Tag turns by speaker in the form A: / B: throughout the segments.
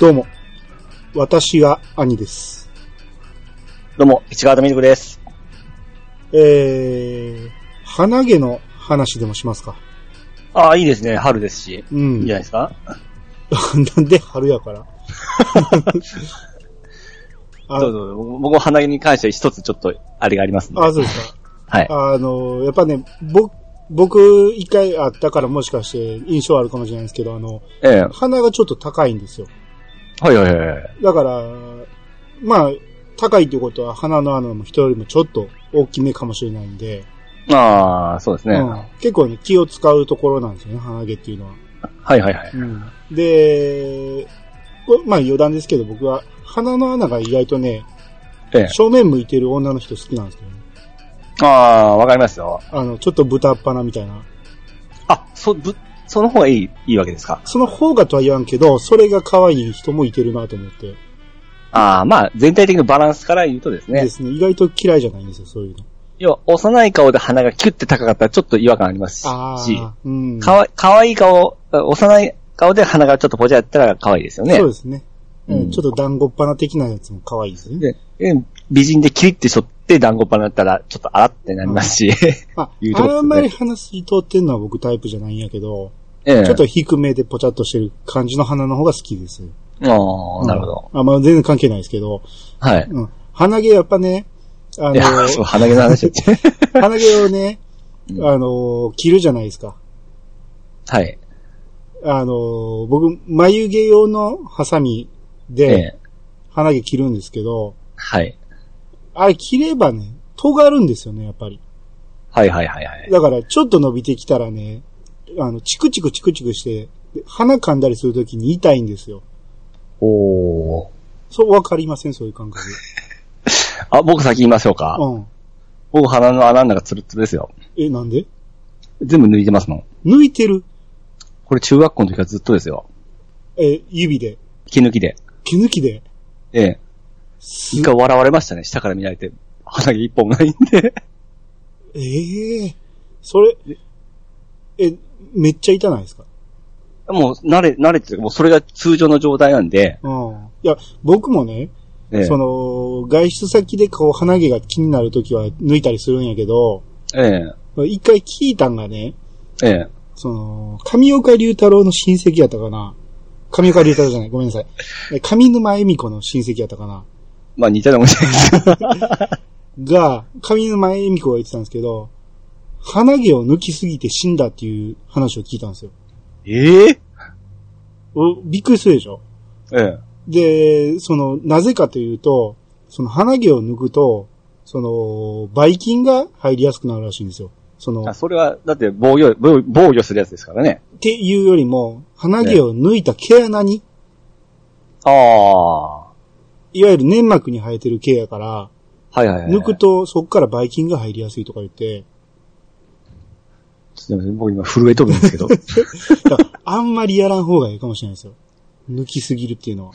A: どうも。私が兄です。
B: どうも、市川とみるくです。
A: えー、鼻毛の話でもしますか。
B: ああ、いいですね。春ですし。
A: う
B: いい
A: ん。
B: んじゃないですか。
A: なんで春や から。あ
B: どうぞどうぞ。僕も鼻毛に関して一つちょっと、あれがありますね。
A: あ、そうです
B: はい。
A: か。あの、やっぱね、ぼ、僕、一回あったからもしかして印象あるかもしれないですけど、あの、
B: ええ。
A: 鼻がちょっと高いんですよ。
B: はいはいはい。
A: だから、まあ、高いってことは鼻の穴も人よりもちょっと大きめかもしれないんで、
B: ああ、そうですね。
A: う
B: は
A: ん、結構ね、気を使うところなんですよね、鼻毛っていうのは。
B: いはいはい。
A: で、おまあ余談ですけど僕は鼻の穴が意外とね、
B: ええ。
A: 正面向いてる女の人好きなんですけどね。
B: ああ、わかりますよ。
A: あの、ちょっと豚っ鼻みたいな。
B: あ、そ、ぶ、その方がいい、いいわけですか。
A: その方がとは言わんけど、それが可愛い人もいてるなと思って。
B: ああ、まあ、全体的なバランスから言うとですね。
A: ですね。意外と嫌いじゃないんですよ、そういうの。
B: 要は、幼い顔で鼻がキュッて高かったらちょっと違和感ありますし。
A: ああ、うん。
B: かわい、かわいい顔、あ幼い顔で鼻がちょっとぽちゃやったら可愛いですよね。
A: そうですね。
B: うん
A: うんちょっと団子っ鼻的なやつも可愛いですね。
B: で、え美人でキリッてしょって団子パンだったら、ちょっとあらってなりますし。
A: まあ、
B: 言うとこですね
A: あんまり鼻筋通ってんのは僕タイプじゃないんやけど、
B: ええ。
A: ちょっと低めでポチャっとしてる感じの鼻の方が好きです。
B: ああ、なるほど。
A: うん。あ、まあ全然関係ないですけど、
B: はい。
A: うん。鼻毛やっぱね、あ
B: いや、そう、
A: の、
B: 鼻毛の話 だっけ
A: 鼻毛をね、
B: うん
A: あの、切るじゃないですか。
B: はい。
A: あの、僕、眉毛用のハサミ
B: え
A: で
B: え。
A: 鼻毛切るんですけど、
B: はい。
A: あれ切ればね、尖るんですよね、やっぱり。
B: はいはいはいはい。
A: だから、ちょっと伸びてきたらね、あの、チクチクチクチクして、鼻噛んだりするときに痛いんですよ。
B: おー。
A: そう、わかりません、そういう感覚。
B: あ、僕先言いましょうか。
A: うん。
B: 僕鼻の穴の中ツルツルですよ。
A: え、なんで
B: 全部抜いてますもん。
A: 抜いてる
B: これ中学校の時からずっとですよ。
A: え、指で。
B: 気抜きで。
A: 毛抜きで。
B: ええ。
A: す
B: 一回笑われましたね。下から見られて。鼻毛一本ないんで。
A: ええそれ、え、めっちゃ痛ないですか
B: もう慣れ、慣れてる、もうそれが通常の状態なんで。
A: うん。いや、僕もね、
B: ええ。
A: その、外出先でこう鼻毛が気になるときは抜いたりするんやけど、
B: ええ。
A: 一回聞いたんがね、
B: ええ。
A: その、上岡龍太郎の親戚やったかな上岡龍太郎じゃない、ごめんなさい。え上沼恵美子の親戚やったかな
B: まあ似たようなもんじゃないですか。
A: が、上沼恵美子が言ってたんですけど、鼻毛を抜きすぎて死んだっていう話を聞いたんですよ。
B: ええ
A: おびっくりするでしょ
B: ええ。
A: で、その、なぜかというと、その鼻毛を抜くと、その、ばい菌が入りやすくなるらしいんですよ。その、
B: あ
A: っ
B: それは、だって防御、防防御するやつですからね。
A: ていうよりも、鼻毛を抜いた毛穴に、
B: ああ。はい
A: わゆる粘膜に生えてる毛やから、
B: いはいはい。
A: 抜くとそこからばい菌が入りやすいとか言って、
B: ちょっと待って僕今震えとるんですけ ど。
A: だか らあんまりやらん方がいいかもしれないですよ。抜きすぎるっていうのは。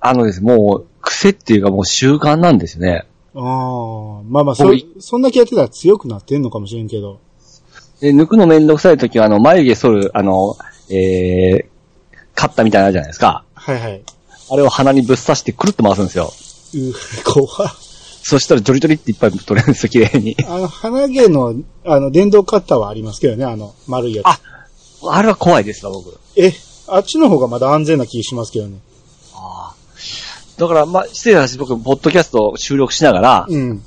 B: あのです、もう、癖っていうかもう習慣なんですね。
A: ああ、まあまあ、そ
B: 僕、
A: そんだけやってたら強くなってんのかもしれんけど。
B: で、抜くのめんどくさい時は、あの、眉毛剃る、あの、えー、カッターみたいなのあるじゃないですか。
A: はいはい。
B: あれを鼻にぶっ刺してくるっと回すんですよ。
A: う、怖っ
B: そしたらジョリジョリっていっぱい取れるんですよ、綺麗に。
A: あの、鼻毛の、あの、電動カッターはありますけどね、あの、丸いやつ。
B: ああれは怖いですわ、僕。
A: え、あっちの方がまだ安全な気しますけどね。
B: ああ。だから、まあ、失礼な話、僕、ポッドキャストを収録しながら、
A: うん。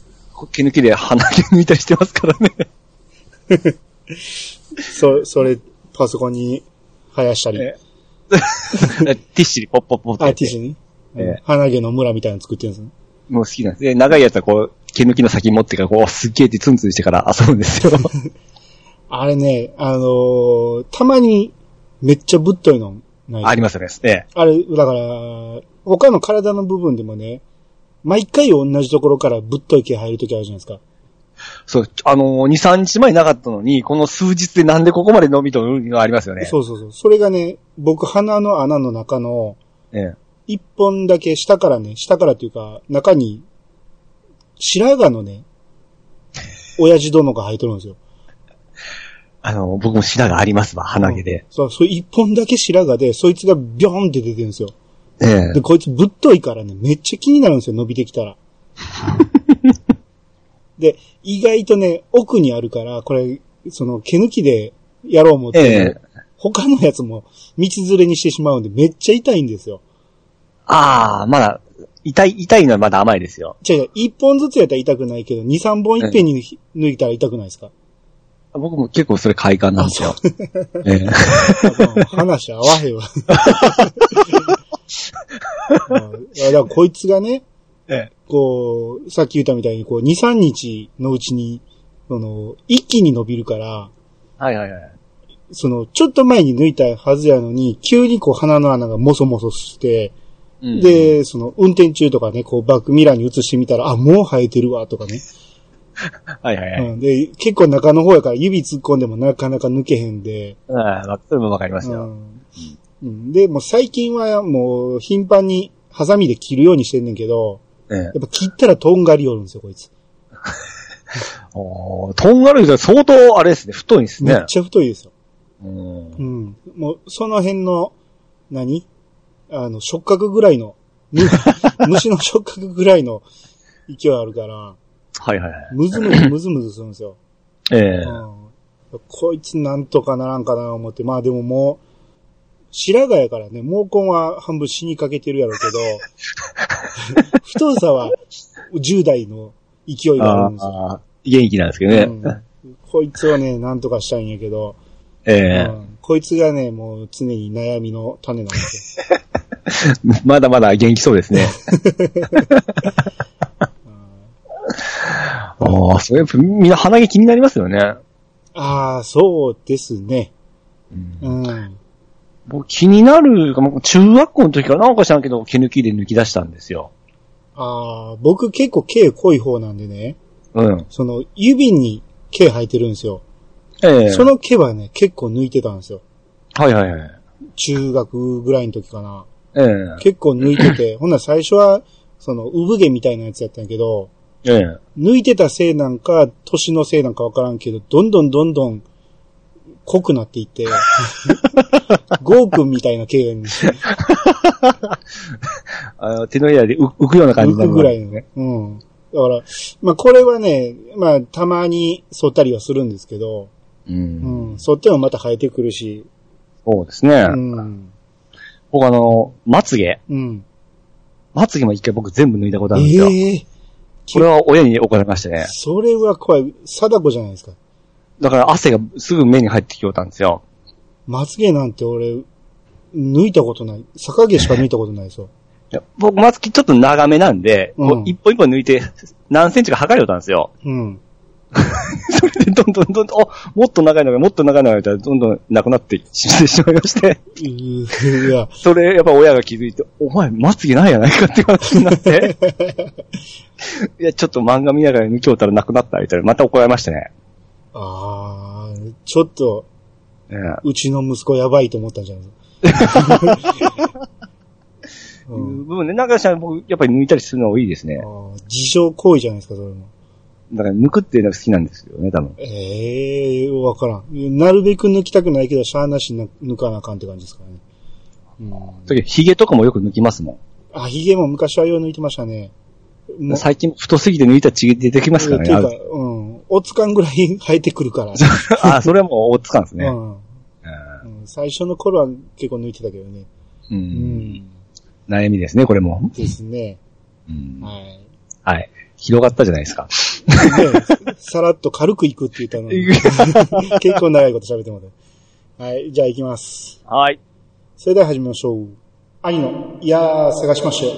B: 毛抜きで鼻毛抜いたりしてますから ね。
A: そ、それ、パソコンに生やしたり、
B: えティッシュにポッポッポッって
A: あ
B: や
A: ー
B: っ
A: ティッシ
B: て。
A: ュに、
B: ええ
A: 鼻毛の村みたいなの作ってるんですね。
B: もう好きなんです。で、長いやつはこう、毛抜きの先持ってから、こう、すっげえってツンツンしてから遊ぶんですよ。
A: あれね、あのーたまに、めっちゃぶっといの、ない
B: ありますよね。え
A: あれ、だから、他の体の部分でもね、毎回同じところからぶっとい毛入るときあるじゃないですか。
B: え。そう、あのー、2、3日前なかったのに、この数日でなんでここまで伸びとるのがありますよね。
A: そうそうそう。それがね、僕鼻の穴の中の、
B: ええ。
A: 一本だけ下からね、下からというか、中に、 白髪のね、親父殿が生えてるんですよ。
B: あの、僕も白がありますわ、鼻毛で。
A: そう、そう、一本だけ白髪で、そいつがビョーンって出てるんですよ。
B: ええ
A: で、こいつぶっといからね、めっちゃ気になるんですよ、伸びてきたら。 で、意外とね、奥にあるから、これ、その、毛抜きでやろう思って、
B: ええ
A: 他のやつも道連れにしてしまうんで、めっちゃ痛いんですよ。
B: ああ、まだ、痛い、痛いのはまだ甘いですよ。
A: 違う違う、一本ずつやったら痛くないけど、二三本いっぺんに抜いたら痛くないですか、
B: 僕も結構それ快感なんですよ。ええ
A: あかん話合わへんわ。うんいや、だからこいつがね、
B: え
A: こう、さっき言ったみたいに、こう、2、3日のうちに、その、一気に伸びるから、
B: はいはいはい。
A: その、ちょっと前に抜いたはずやのに、急にこう、鼻の穴がもそもそして、
B: うん、
A: で、その、運転中とかね、こう、バックミラーに映してみたら、あ、もう生えてるわ、とかね。
B: はいはいはい。
A: うん、で、結構中の方やから、指突っ込んでもなかなか抜けへんで、
B: うん、まあそれもわかりますよ。
A: うんうん。で、もう最近はもう頻繁にハサミで切るようにしてんねんけど、
B: ええ
A: やっぱ切ったらとんがりおるんですよ、こいつ。
B: おーとんがる人は相当、あれですね、太いです
A: め
B: ね
A: っ。ちゃ太いですよ。
B: うん
A: うん。もうその辺の、何あの、触覚ぐらいの、む虫の触覚ぐらいの勢いあるから、
B: はいはいはい。
A: むずむず、むずむずするんですよ。
B: ええ
A: うん。こいつなんとかならんかな思って、まあでももう、白髪やからね、毛根は半分死にかけてるやろう けど、太さは10代の勢いがあ
B: あ
A: るんですよ。
B: あ、元気なんですけどね。
A: うんこいつをね、なんとかしたいんやけど、
B: え
A: う
B: え
A: んこいつがね、もう常に悩みの種なん ですよ。
B: まだまだ元気そうですね。 ああ、それ、みんな鼻毛気になりますよね。
A: ああ、そうですね。
B: うん
A: うん。
B: 僕気になる、中学校の時かなんか知らんけど、毛抜きで抜き出したんですよ。
A: ああ、僕結構毛濃い方なんでね、
B: うん。
A: その指に毛生えてるんですよ。
B: ええ
A: その毛はね、結構抜いてたんですよ。
B: はいはいはい。
A: 中学ぐらいの時かな。
B: え
A: 結構抜いて て、ほんなら最初は、その、産毛みたいなやつやったんやけど、
B: えええ
A: 抜いてたせいなんか、年のせいなんかわからんけど、どんどんどんどん、濃くなっていって、 ゴーくんみたいな毛に
B: あの手のひらで浮浮くような感じ
A: 抜
B: にな
A: く
B: る
A: ぐらいの ね。うん。だから、まあこれはね、まあたまに剃ったりはするんですけど、
B: う。
A: うんん、剃ってもまた生えてくるし、
B: そうですね。
A: うん。
B: 僕あの、まつげ。
A: うん。
B: まつげも一回僕全部抜いたことあるんですよ。
A: ええ
B: これは親に怒られましてね。
A: それは怖い。貞子じゃないですか。
B: だから汗がすぐ目に入ってきようたんですよ。
A: まつげなんて俺、抜いたことない。逆毛しか抜いたことないですよ。
B: いや僕、まつきちょっと長めなんで、こう
A: うん
B: 一本一本抜いて、何センチか測りよったんですよ。
A: うん。
B: それで、どんどんどんどん、あ、もっと長いのが、もっと長いのが、どんどんなくなって死んでしまいまして、
A: いや、
B: それ、やっぱ親が気づいて、お前、まつげないやないかって話になって、 いや、ちょっと漫画見ながら抜きよったらなくなった、みたいな、また怒られましたね。
A: あー、ちょっと、
B: ええ
A: うちの息子やばいと思ったんじゃ ないですか。
B: いううん部分で、なんかしたら僕、やっぱり抜いたりするのが多いですね
A: あ。ー自傷行為じゃないですか、それも。
B: だから、抜くっていうのが好きなんですよね、多分。
A: ええわからん。なるべく抜きたくないけど、しゃあなしな抜かなあかんって感じですからね。うん、
B: だけど、髭とかもよく抜きますも
A: あ、ヒゲも昔はよう抜いてましたね。
B: ん。
A: もう
B: 最近、太すぎて抜いたら血出てきますか
A: っ
B: ら
A: ていうか
B: ね。、
A: うん。おつかんぐらい生えてくるから。
B: ああ、それはもう、おっつかんですね。
A: うんうん。最初の頃は結構抜いてたけどね。
B: う。
A: うんん。
B: 悩みですね、これも。
A: ですね。
B: うん
A: はい。
B: はい。広がったじゃないですか。
A: で、さらっと軽くいくって言ったのに、結構長いこと喋ってもらった。はい、じゃあ行きます。
B: はい。
A: それでは始めましょう。兄の、いやー、探しましたよ。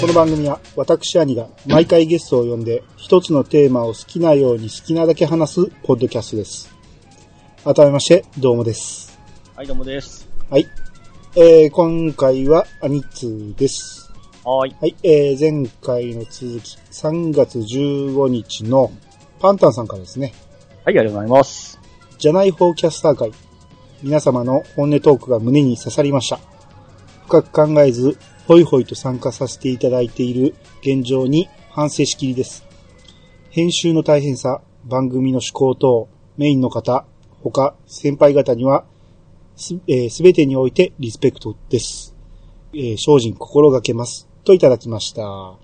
A: この番組は私兄が毎回ゲストを呼んで一つのテーマを好きなように好きなだけ話すポッドキャストです。改めまして、どうもです。
B: はい、どうもです。
A: はい。えー、今回は兄通です。
B: はい。
A: はい。えー、前回の続き、3月15日のパンタンさんからですね。
B: はい、ありがとうございます。
A: じゃない方キャスター会。皆様の本音トークが胸に刺さりました。深く考えず、ホイホイと参加させていただいている現状に反省しきりです。編集の大変さ、番組の趣向等、メインの方、他、先輩方には、す、えー、全てにおいてリスペクトです。えー精進心がけます。といただきました。あ
B: は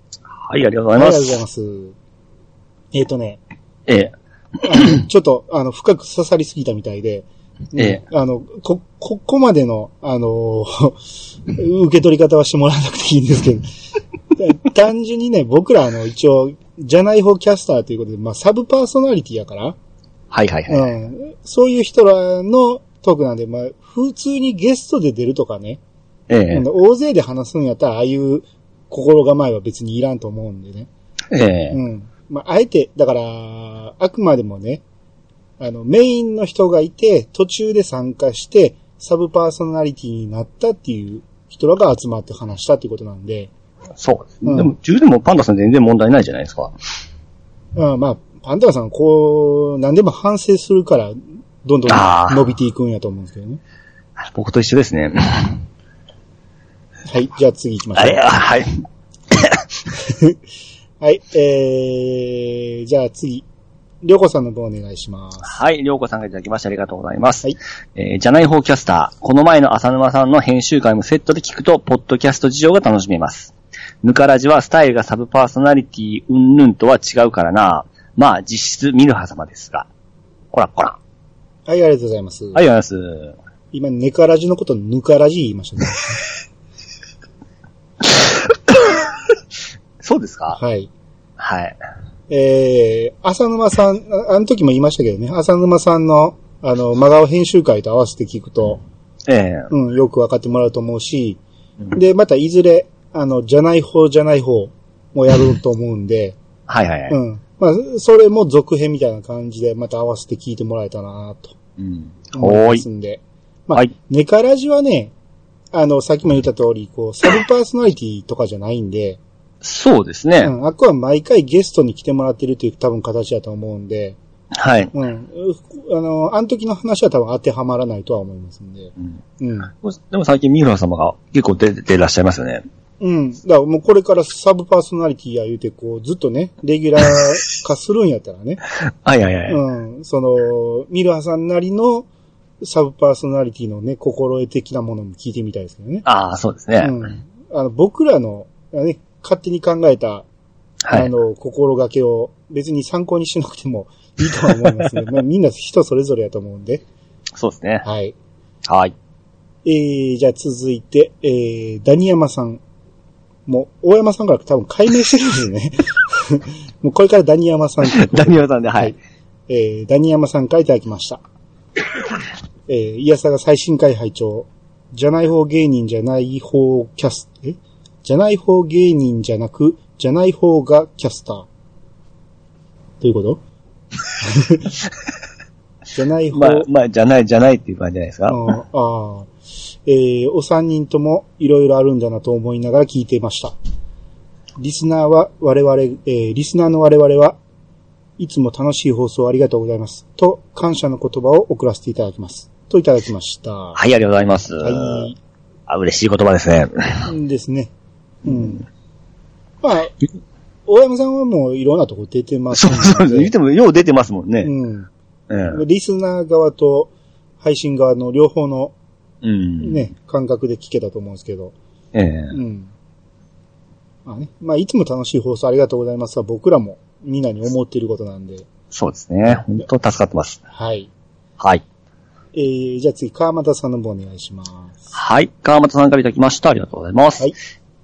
B: い、ありがとうござ
A: り
B: い
A: が
B: ま
A: とうござい
B: す。
A: ます。えっ、とね、
B: ええ、
A: ちょっと、あの、深く刺さりすぎたみたいで、
B: ええ、
A: あの、こ、ここまでの、あの ー受け取り方はしてもらわなくていいんですけど、だ 単純にね、僕ら、あの、一応、じゃない方キャスターということで、まあ、サブパーソナリティやから、
B: はいはいはい。
A: うん、そういう人らのトークなんで、まあ、普通にゲストで出るとかね、
B: え
A: うん大勢で話すんやったら、ああいう心構えは別にいらんと思うんでね。
B: え、ええ、
A: うん。まあ、あえて、だから、あくまでもね、あの、メインの人がいて、途中で参加して、サブパーソナリティになったっていう人らが集まって話したっていうことなんで、
B: そう。
A: うん
B: でも、十でもパンダさん全然問題ないじゃないですか。
A: うん、まあ、パンダさん、こう、何でも反省するから、どんどん
B: あー
A: 伸びていくんやと思うんですけどね。
B: 僕と一緒ですね。
A: はい、じゃあ次行きま
B: あ
A: しょ
B: れあはい。
A: う。はい、えー、じゃあ次、りょうこさんの分お願いします。
B: はい、りょうこさんがいただきましてありがとうございます。
A: はい
B: えーじゃない方キャスター。この前の浅沼さんの編集会もセットで聞くと、ポッドキャスト事情が楽しめます。ぬからじはスタイルがサブパーソナリティうんぬんとは違うからな。まあ、実質見るは様ですが。こらこら。
A: はい、ありがとうございます。
B: はい、ありがとうございま
A: 今、ネカラジのこと、ぬからじ言いましたね。
B: す。そうですか
A: はい。
B: はい。
A: えー、浅沼さん、ああの時も言いましたけどね、浅沼さんの、あの、真顔編集会と合わせて聞くと、
B: ええ
A: うん、よく分かってもらうと思うし、
B: うん
A: で、またいずれ、あの、じゃない方じゃない方もやると思うんで、
B: はいはいはい。
A: うん。まあ、それも続編みたいな感じで、また合わせて聞いてもらえたなと
B: うん。
A: 思い
B: は
A: ま
B: ー
A: す
B: い。
A: んで。まあ、
B: はい。
A: ネカラジはね、あの、さっきも言った通り、こう、サブパーソナリティとかじゃないんで、
B: そうですね。
A: うん、あくは毎回ゲストに来てもらってるという多分形だと思うんで、
B: はい。
A: うん。うあの、あの時の話は多分当てはまらないとは思いますんで。
B: うん
A: うん。
B: でも最近、ミーラー様が結構出てらっしゃいますよね。
A: うん。だからもうこれからサブパーソナリティや言うて、こう、ずっとね、レギュラー化するんやったらね、
B: はいはいはい。
A: うん。その、ミルハさんなりのサブパーソナリティのね、心得的なものも聞いてみたいですけどね。
B: ああ、そうですね。
A: うん。あの、僕らの、ね、勝手に考えた、
B: は
A: あ
B: い。
A: の、心がけを別に参考にしなくてもいいとは思いますね。 まあみんな人それぞれやと思うんで。
B: そうですね。
A: はい。
B: はい。
A: えー、じゃあ続いて、えー、ダニヤマさん。もう、大山さんから多分解明してるん ですね。もうこれからダニヤマさんってこと
B: ダニオさんで、はい。
A: えー、ダニヤマさんからいただきました。えー、イヤサが最新回拝聴じゃない方芸人じゃない方キャス、えじゃない方芸人じゃなく、じゃない方がキャスター。どういうこと じゃない方
B: まあ、まあ、じゃない、じゃないっていう感じじゃないですか。
A: ああ。えーお三人ともいろいろあるんだなと思いながら聞いていました。リスナーは我々、えーリスナーの我々はいつも楽しい放送ありがとうございます。と、感謝の言葉を送らせていただきます。といただきました。は
B: はい、ありがとうございます。
A: い。
B: あ、嬉しい言葉ですね。
A: ですね。うん。まあ、大山さんはもういろんなとこ出てます
B: そ
A: ん
B: うそうです。言っても、よう出てますもんね。
A: うん。
B: うん。
A: リスナー側と配信側の両方の
B: うん。
A: ね、感覚で聞けたと思うんですけど。
B: ええ。
A: うん。まあね。まあ、いつも楽しい放送ありがとうございますは僕らもみんなに思っていることなんで。
B: そうですね。本当助かってます。
A: はい。
B: はい。
A: えー、じゃあ次、川又さんの方お願いします。
B: はい。川本さんからいただきました。ありがとうございます。
A: はい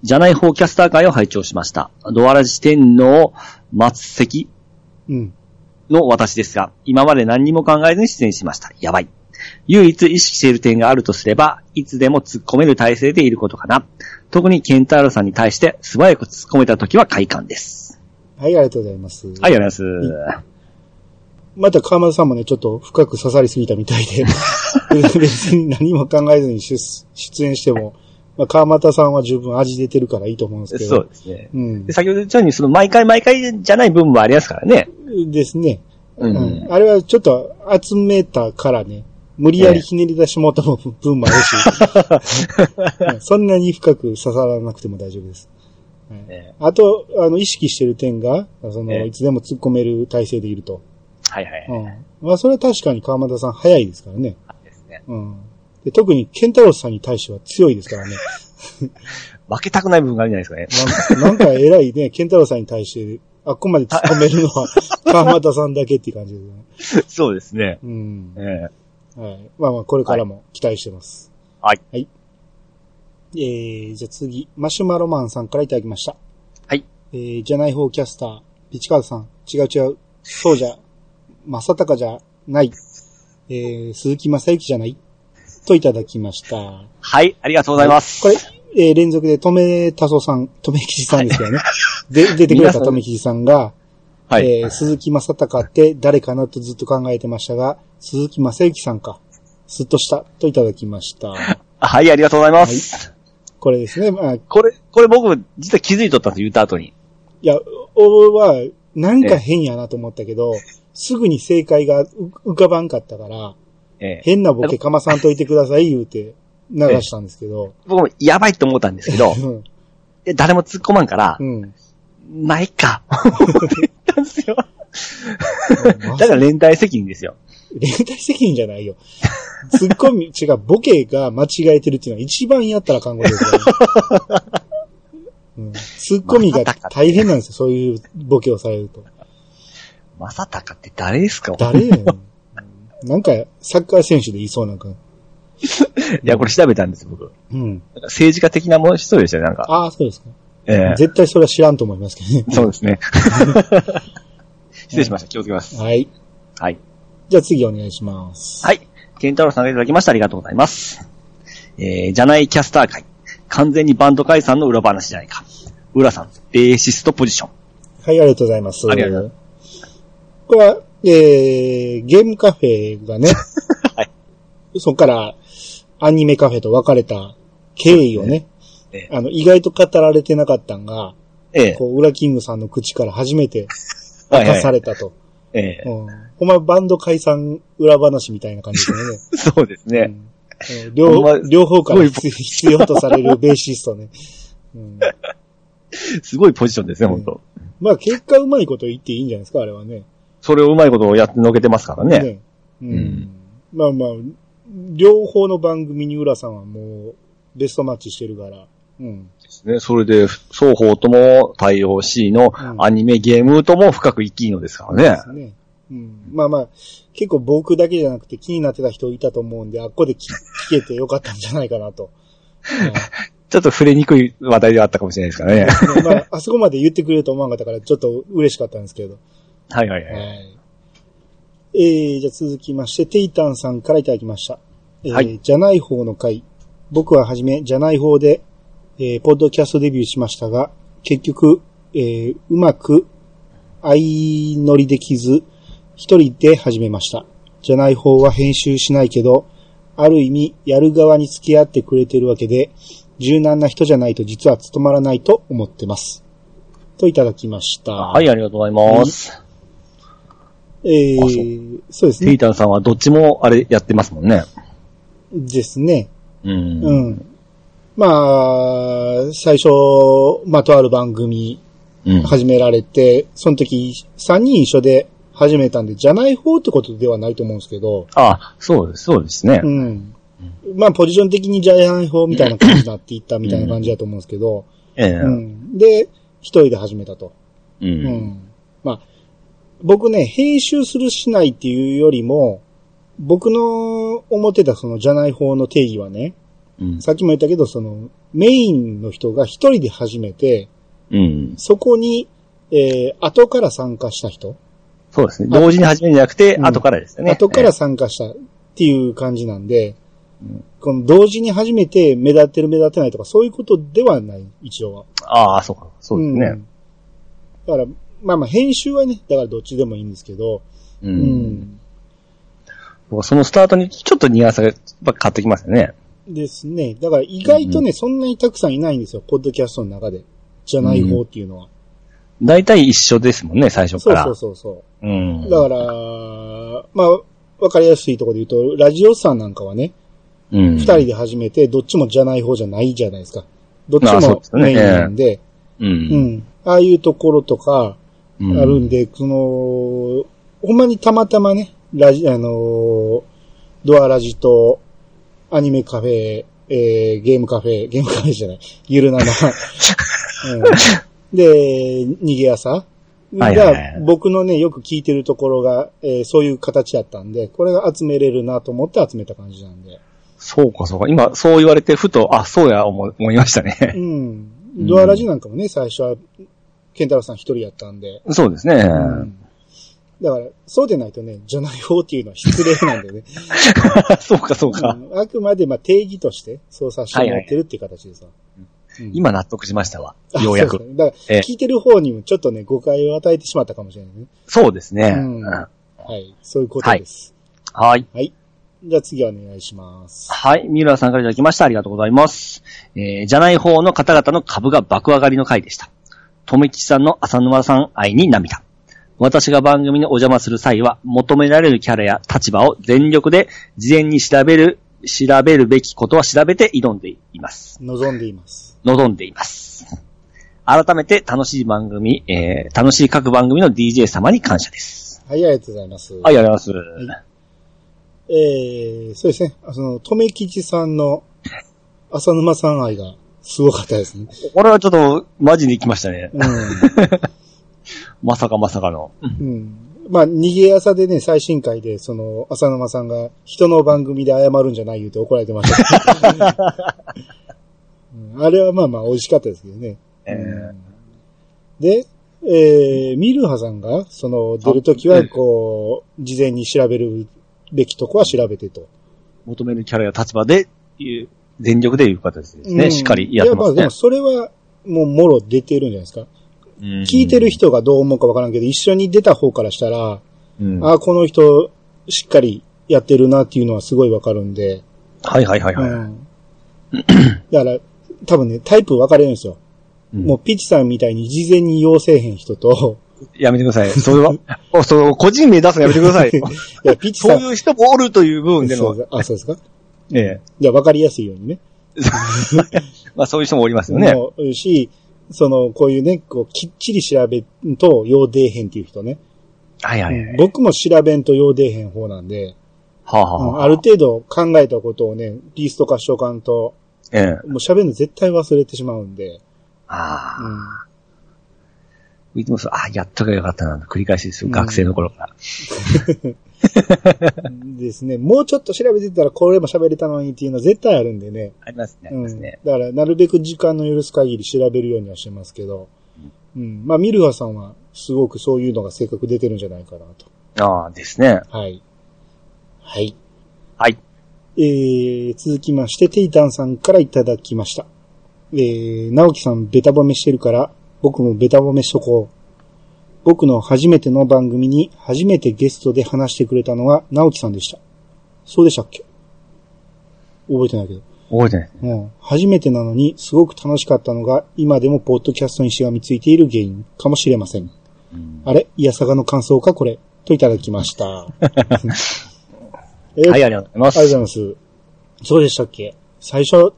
B: じゃない方キャスター会を拝聴しました。ドアラジ天皇末席
A: うん。
B: の私ですが、今まで何にも考えずに出演しました。やばい。唯一意識している点があるとすれば、いつでも突っ込める体制でいることかな。特にケンタールさんに対して素早く突っ込めた時は快感です。
A: はい、ありがとうございます。
B: はい、ありがとうござい
A: は
B: ます。
A: また川又さんもね、ちょっと深く刺さりすぎたみたいで、別に何も考えずに出出演しても、まあ、川又さんは十分味出てるからいいと思うんですけど。
B: そうですね。
A: うん
B: で。先ほど言ったように、その毎回毎回じゃない部分もありますからね。
A: ですね。
B: う。
A: うんん。あれはちょっと集めたからね、無理やりひねり出してもうた分もあるし、うん そんなに深く刺さらなくても大丈夫です。はい
B: ね
A: あと、あの、意識してる点が、その、
B: ええ
A: いつでも突っ込める体勢でいると。
B: はいはい。
A: うん。まあ、それは確かに川又さん早いですからね。
B: ですね。
A: うん。で特に、ケンタロスさんに対しては強いですからね。
B: 負けたくない部分があるんじゃないですかね。
A: なんなんか偉いね、ケンタロスさんに対して、あっこまで突っ込めるの は、川又さんだけっていう感じですね。
B: そうですね。
A: うん
B: え。え
A: はい。まあまあ、これからも期待してます。
B: はい。
A: はい。えー、じゃあ次、マシュマロマンさんからいただきました。
B: はい。
A: えー、じゃない方キャスター、ピチカードさん、違う違う、そうじゃ、まさたかじゃない、えー、鈴木正幸じゃない、といただきました。
B: はい、ありがとうございます。
A: これ、えー、連続で、とめたそさん、とめきちさんですよ ね。で、出てくれたとめきちさんが、
B: はい。
A: えー鈴木正隆って誰かなとずっと考えてましたが、鈴木正幸さんか。すっとした、といただきました。
B: はい、ありがとうございます。
A: これですね。まあ、い
B: これ、これ僕、実は気づいとったんです言った後に。
A: や、俺は、なんか変やなと思ったけど、すぐに正解がう浮かばんかったから、
B: ええ
A: 変なボケかまさんといてください、言うて流したんですけど。、
B: 僕もやばいと思ったんですけ ど
A: うん
B: で誰も突っ込まんから
A: う、 ん。
B: ないか。言ったんですよ。だから連帯責任ですよ。
A: 連帯責任じゃないよ。ツッコミ、違 う、ボケが間違えてるっていうのは一番やったら看護ですよ、うん。ツッコミが大変なんですよ、そういうボケをされると。
B: まさたかって誰で すかい
A: 誰やねんうんなんか、サッカー選手で言いそうなんか。
B: や、これ調べたんですよ、僕。
A: うん。
B: 政治家的なもの人でしたよ、なんか。
A: ああ、そうですか。
B: ええ
A: 絶対それは知らんと思いますけどね。
B: そうですね。 失礼しました。気をつけます。
A: はい。
B: はい。
A: じゃあ次お願いします。
B: はい。ケンタロウさんがいただきました。ありがとうございます。えー、じゃないキャスター会。完全にバンド解散の裏話じゃないか。浦さん、ベーシストポジション。
A: はい、ありがとうございます。
B: ありがとうご
A: これは、えー、ゲームカフェがね、
B: はい
A: そこからアニメカフェと別れた経緯をね、
B: そうですねえ
A: あの、意外と語られてなかったんが、
B: ええ
A: こう、ウラキングさんの口から初めて
B: は
A: 明
B: いは
A: か
B: い
A: されたと。
B: ええ
A: うんほんまバンド解散裏話みたいな感じです
B: そうです
A: よ
B: ね。
A: ね。うん両
B: ほんま
A: 両方から
B: すご
A: 必必要とされるベーシストね。うん
B: すごいポジションですね、本当
A: まあ結果うまいこと言っていいんじゃないですか、あれはね。
B: それをうまいことをやってのけてますからね。
A: ね。う
B: うんん。
A: まあまあ、両方の番組に浦さんはもう、ベストマッチしてるから。うん。
B: ですねそれで、双方とも対応 C の
A: うん
B: アニメ、ゲームとも深く生きいいのですからね
A: で。すね。うん。まあまあ、結構僕だけじゃなくて気になってた人いたと思うんで、あっこで聞聞けてよかったんじゃないかな と。
B: ちょっと触れにくい話題ではあったかもしれないですからね。
A: うんまあ、あそこまで言ってくれると思わなかったから、ちょっと嬉しかったんですけど。
B: はいはいはい。
A: はい。えー、じゃあ続きまして、テイタンさんからいただきました。えー
B: はい
A: じゃない方の回。僕ははじめ、じゃない方で、えー、ポッドキャストデビューしましたが、結局、えー、うまく、相乗りできず、一人で始めました。じゃない方は編集しないけど、ある意味、やる側に付き合ってくれてるわけで、柔軟な人じゃないと実は務まらないと思ってます。といただきました。
B: は。い、ありがとうございます。
A: えー、そうです
B: テ
A: ね
B: イ。タンさんはどっちもあれやってますもんね。
A: ですね。
B: うん。
A: うん。まあ、最初、まあ、とある番組
B: うん。
A: 始められて、その時、3人一緒で始めたんで、じゃない方ってことではないと思うんですけど、
B: あ、そうです、そうですね
A: う。ん。まあ、ポジション的にじゃない方みたいな感じになっていったみたいな感じだと思うんですけど、
B: ええ
A: うん。で、一人で始めたと。
B: う。
A: うんん。まあ、僕ね、編集するしないっていうよりも、僕の思ってたそのじゃない方の定義はね、
B: うん。
A: さっきも言ったけど、その、メインの人が一人で始めて、
B: うん。
A: そこに、えー、後から参加した人、
B: そうですね。同時に始めるんじゃなくて、
A: うん
B: 後からですよね。
A: 後から参加したっていう感じなんで、この同時に始めて目立ってる目立ってないとか、そういうことではない、一応は。
B: ああ、そうか。そうです
A: う
B: ね。
A: んだから、まあまあ、編集はね、だからどっちでもいいんですけど、
B: う。。
A: うん
B: 僕はそのスタートにちょっとニュアンスがやっぱ変わってきますよね。
A: ですね。だから意外とね、そんなにたくさんいないんですよ、ポッドキャストの中で。じゃない方っていうのは。
B: 大体一緒ですもんね、最初
A: そ
B: か
A: う
B: ら。
A: そうそうそう。
B: うん。
A: だから、まあ、わかりやすいところで言うと、ラジオさんなんかはね、
B: うん。
A: 二、人で始めて、どっちもじゃない方じゃないじゃないですか。どっ
B: まあそうで
A: ち
B: す
A: も
B: ね
A: メインなんで、
B: う。
A: うんん。ああいうところとか、
B: う
A: あ
B: ん。
A: るんで、その、ほんまにたまたまね、ラジ、あのードアラジと、アニメカフェ、えー、ゲームカフェ、ゲームカフェじゃない、ゆ るなな、うん、で、逃げ朝
B: はいはいは
A: が
B: い、
A: 僕のね、よく聞いてるところが、えーそういう形だったんで、これが集めれるなと思って集めた感じなんで。
B: そうか、そうか。今、そう言われて、ふと、あ、そうや、思い思いましたね。
A: うん。ドアラジなんかもね、最初は、ケンタロウさん一人やったんで、
B: そうですね。
A: だから、そうでないとね、じゃない方っていうのは失礼なん でね。
B: そうか、そうか。
A: うんあくまでまあ定義として操作してもらってるっていう形ですわ。うん
B: 今納得しましたわ。
A: あ
B: ようや
A: そ
B: く。
A: ですねだから、
B: ええ
A: 聞いてる方にもちょっとね、誤解を与えてしまったかもしれないね。
B: そうですね。
A: うん
B: うん
A: はい。そういうことです。
B: はい。
A: じゃあ次お願いします。
B: はい。三浦さんからいただきました。ありがとうございます。えー、じゃない方の方々の株が爆上がりの回でした。とめきちさんの浅沼さん愛に涙。私が番組にお邪魔する際は、求められるキャラや立場を全力で事前に調べる、調べるべきことは調べて挑んでいます。
A: 望んでいます。
B: 望んでいます。改めて楽しい番組、えー、楽しい各番組の DJ 様に感謝です。
A: はい、ありがとうございます。
B: はい、ありがとうございま
A: はえー、そうですね。あその、とめきちさんの浅沼さん愛がすごかったですね。
B: す。これはちょっと、マジに来ましたね。
A: う
B: まさかまさかの。
A: ん。うん。まあ、逃げ朝でね、最新回で、その、浅沼さんが人の番組で謝るんじゃない言うて怒られてましたけど、うんあれはまあまあ美味しかったですけどね。
B: えー
A: うんで、えー、ミルハさんが、その、出るときは、こう、事前に調べるべきとこは調べてと。
B: 求めるキャラや立場で、いう全力でいう形ですね。
A: うん
B: しっかりやってます
A: いや、まあで
B: ね
A: も。それは、もう、もろ出てるんじゃないですか。
B: うん
A: 聞いてる、人がどう思うかわからんけど、一緒に出た方からしたら、
B: うんは
A: ああ、この人、しっかりやってるなっていうのはすごいわかるんで。
B: いはいはいはい。
A: うん。だから、多分ね、タイプ分かれるんですよ。
B: うん
A: もう、ピチさんみたいに事前に要せえへん人と、
B: やめてください。それは、おそれを個人名出すのやめてくださ い。
A: いや、ピチ
B: そ
A: さ、
B: うんいう人もおるという部分で
A: そ
B: の
A: う、あ、そうですか
B: ええ
A: じゃあ分かりやすいようにね。
B: まあそういう人もおりますよね。
A: もうし、その、こういうね、こう、きっちり調べんと、よう出えへんっていう人ね。
B: はいはいはい。
A: 僕も調べんとよう出えへん方なんで、
B: はあはあ
A: うん
B: はあ。
A: ある程度考えたことをね、リスト化しとかんと、
B: ええ
A: もう喋るの絶対忘れてしまうんで、
B: ああ。
A: うん、
B: ウィズモス、あ、やっとけばよかったな、繰り返しです
A: う
B: よ、
A: ん
B: 学生の頃から。
A: ですね。もうちょっと調べてたらこれも喋れたのにっていうのは絶対あるんでね。
B: ありますね、あり
A: う
B: ま
A: ん。
B: す
A: だ
B: ね。
A: から、なるべく時間の許す限り調べるようにはしてますけど。うん。まあ、ミルハさんは、すごくそういうのが性格出てるんじゃないかなと。
B: ああ、ですね。
A: はい。はい。
B: はい。
A: えー、続きまして、テイタンさんからいただきました。えー、直樹さんベタ褒めしてるから、僕もベタ褒めしとこう。僕の初めての番組に初めてゲストで話してくれたのは直樹さんでした。そうでしたっけ覚えてないけど。
B: 覚えてない。
A: うん。初めてなのに、すごく楽しかったのが、今でもポッドキャストにしがみついている原因かもしれません。
B: うん
A: あれいやさがの感想かこれ。といただきま した。えー
B: はい、ありがとうござ
A: あ
B: い
A: り
B: ま
A: が
B: す。
A: とうございます。そうでしたっけ最初、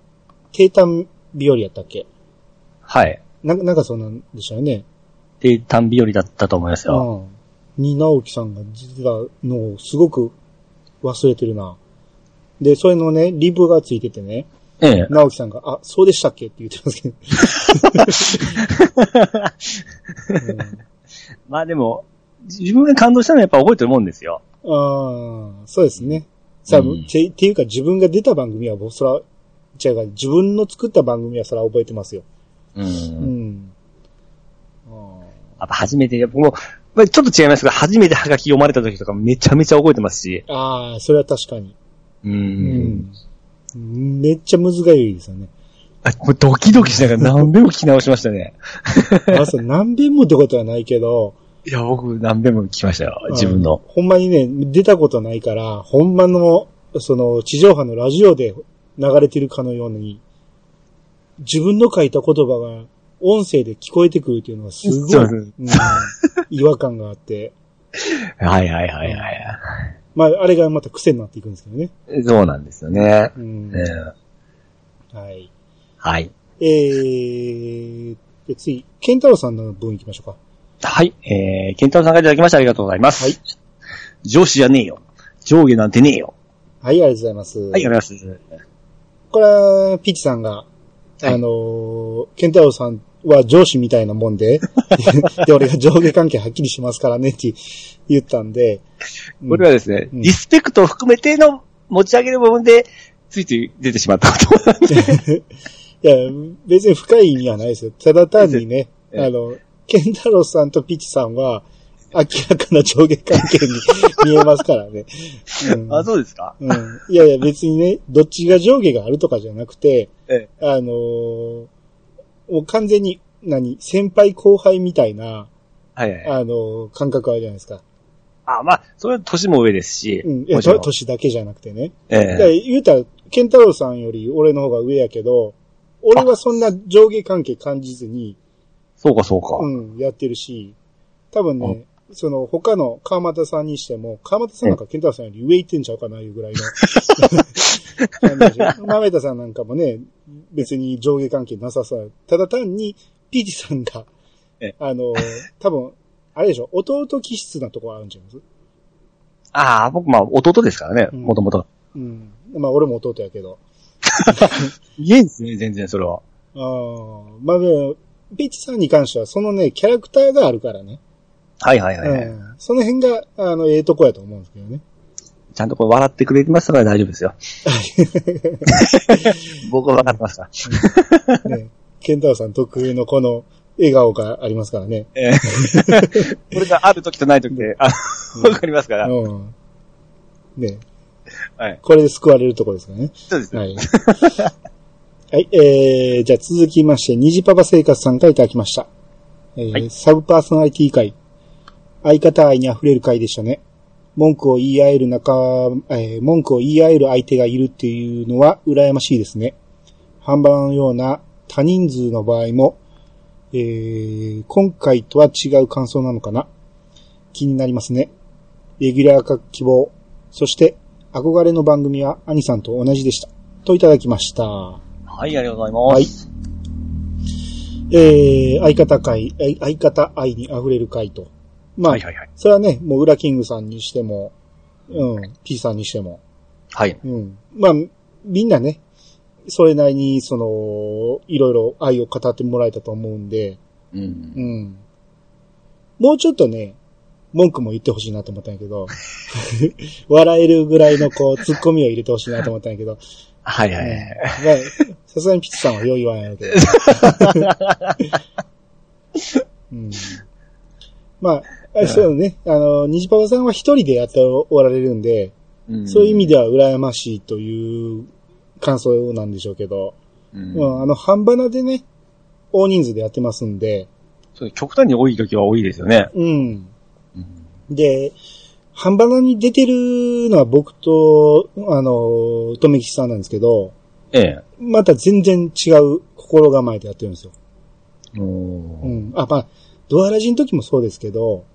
A: 低炭日和やったっけ
B: はい。
A: なんか、なんかそうなんでしたよね。
B: で、短日和だったと思いますよ。
A: うん。に直樹さんが出てたのをすごく忘れてるな。で、それのね、リブがついてて ね、
B: ええ。
A: 直樹さんが、あ、そうでしたっけって言ってますけど。
B: まあでも、自分が感動したのはやっぱ覚えてるもんですよ。
A: うん、ああ、そうですね。さあ、
B: うん
A: て、っていうか自分が出た番組は、僕そら、違うか、自分の作った番組はそら覚えてますよ。
B: うん。
A: う
B: やっ
A: ん。あー
B: ぱ初めて、やっぱもう、まあちょっと違いますけど、初めてハガキ読まれた時とかめちゃめちゃ覚えてますし。
A: あー、それは確かに。
B: う。。
A: うんめっちゃむずがゆいですよね。
B: あこれドキドキしながら何遍も聞き直しましたね。
A: まあ、そう何遍もってことはないけど。
B: いや、僕何遍も聞きましたよ、自分の
A: あ。ほんまにね、出たことないから、ほんまの、その、地上波のラジオで流れてるかのように、自分の書いた言葉が音声で聞こえてくるっていうのはすごい、
B: そうそう
A: うん、違和感があって、
B: はいはいはいは
A: まあ、あれがまた癖になっていくんですけどね。
B: い。そうなんですよね。
A: うん
B: ね
A: はい。
B: はい。
A: えー、で次、ケンタロウさんの分行きましょうか。
B: はい。えー、ケンタロウさんからいただきましてありがとうございます。
A: はい
B: 上司じゃねえよ。上下なんてねえよ。
A: はい、ありがとうございます。
B: はい、ありがとうございます。
A: これは、ピッチさんが、あのーケンタロウさんは上司みたいなもん で、で、俺が上下関係はっきりしますからねって言ったんで、うん
B: これはですね、
A: うん
B: リスペクトを含めての持ち上げる部分で、ついつい出てしまったことなんで。
A: いや、別に深い意味はないですよ。ただ単にね、
B: ええ
A: あの、ケンタロウさんとピッチさんは、明らかな上下関係に 見えますからね。うん
B: あ、そうですか
A: うんいやいや、別にね、どっちが上下があるとかじゃなくて、
B: え
A: あのーもう完全に、何、先輩後輩みたいな、
B: はいはい。
A: あのー感覚あるじゃないですか。
B: あ、まあ、それは年も上ですし。
A: うん。いや、
B: もちろ
A: と
B: ん。
A: 年だけじゃなくてね。
B: え
A: だ
B: え
A: から言うたら、ケンタロウさんより俺の方が上やけど、俺はそんな上下関係感じずに、
B: そうかそうか。
A: うん、やってるし、多分ね、その他の川又さんにしても、川又さんなんか健太郎さんより上行ってんちゃうかな、いうぐ らいの感じだし。豆田さんなんかもね、別に上下関係なさそう。ただ単に、ピーチさんが
B: え、
A: あの、多分、あれでしょ、弟気質なとこあるんちゃいます
B: ああ、僕、まあ、弟ですからね、
A: うん
B: もともと。
A: うん。まあ、俺も弟やけど。
B: 言えんですね、全然それは。
A: あーまあ、でもピーチさんに関しては、そのね、キャラクターがあるからね。
B: はいはいはい。
A: うん。その辺が、あの、ええとこやと思うんですけどね。
B: ちゃんとこれ笑ってくれてましたから大丈夫です よ。僕は分かってますから。
A: ね、ケンタロウさん特有のこの笑顔がありますからね。
B: ええこれがある時とない時で、あわかりますから。
A: うん。ね、
B: はい。
A: これで救われるところですからね。
B: そうですね。
A: はい。はい、えー、じゃあ続きまして、虹パパ生活さんからいただきました。えー
B: はい
A: サブパーソナリティ会。相方愛に溢れる会でしたね。文句を言い合える仲、えー文句を言い合える相手がいるっていうのは羨ましいですね。半端のような多人数の場合も、えー今回とは違う感想なのかな。気になりますね。レギュラー化希望。そして、憧れの番組は兄さんと同じでした。といただきました。
B: はい、ありがとうございます。
A: えー、相方会、え相方愛に溢れる会と。まあ、
B: はい、はい、はい。
A: それはね、もう、ウラキングさんにしても、うん、P さんにしても、
B: はい。
A: うん。まあ、みんなね、それなりに、その、いろいろ愛を語ってもらえたと思うんで、
B: う。
A: うんん。もうちょっとね、文句も言ってほしいなと思ったんやけど、 笑えるぐらいのこう、突っ込みを入れてほしいなと思ったんやけど、
B: はい、はいは
A: うん
B: い。
A: まあさすがにピッチさんはよう言わん やろうけど。うん、まあ、あそうね、あの、虹パパさんは一人でやっておられるんで、
B: うん
A: そういう意味では羨ましいという感想なんでしょうけど、
B: うん
A: まあ、あの、半ばなでね、大人数でやってますんで、
B: そう極端に多い時は多いですよね。
A: うん。
B: うん
A: で、半ばなに出てるのは僕と、あの、とめきちさんなんですけど、
B: ええ。
A: また全然違う心構えでやってるんですよ。う
B: おー
A: ん。あ、まあ、ドアラジの時もそうですけど、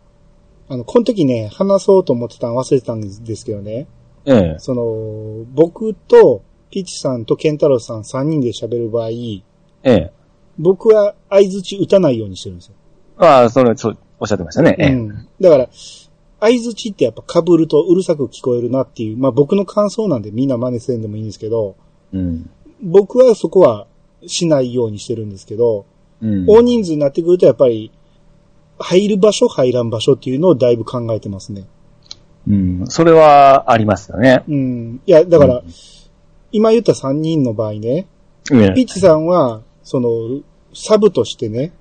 A: あの、この時ね、話そうと思ってたの忘れてたんですけどね、
B: ええ。
A: その、僕と、ピッチさんとケンタロウさん3人で喋る場合、
B: ええ。
A: 僕は相づち打たないようにしてるんですよ。
B: まあ、それ、そう、おっしゃってましたね。え
A: う
B: え。
A: ん。だから、相づちってやっぱ被るとうるさく聞こえるなっていう、まあ僕の感想なんでみんな真似せんでもいいんですけど、
B: うん。
A: 僕はそこはしないようにしてるんですけど、
B: うん
A: 大人数になってくるとやっぱり、入る場所、入らん場所っていうのをだいぶ考えてますね。
B: うん。それはありますよね。
A: うん。いや、だから、
B: うん
A: 今言った3人の場合ね、
B: ええ
A: ピッチさんは、その、サブとしてね、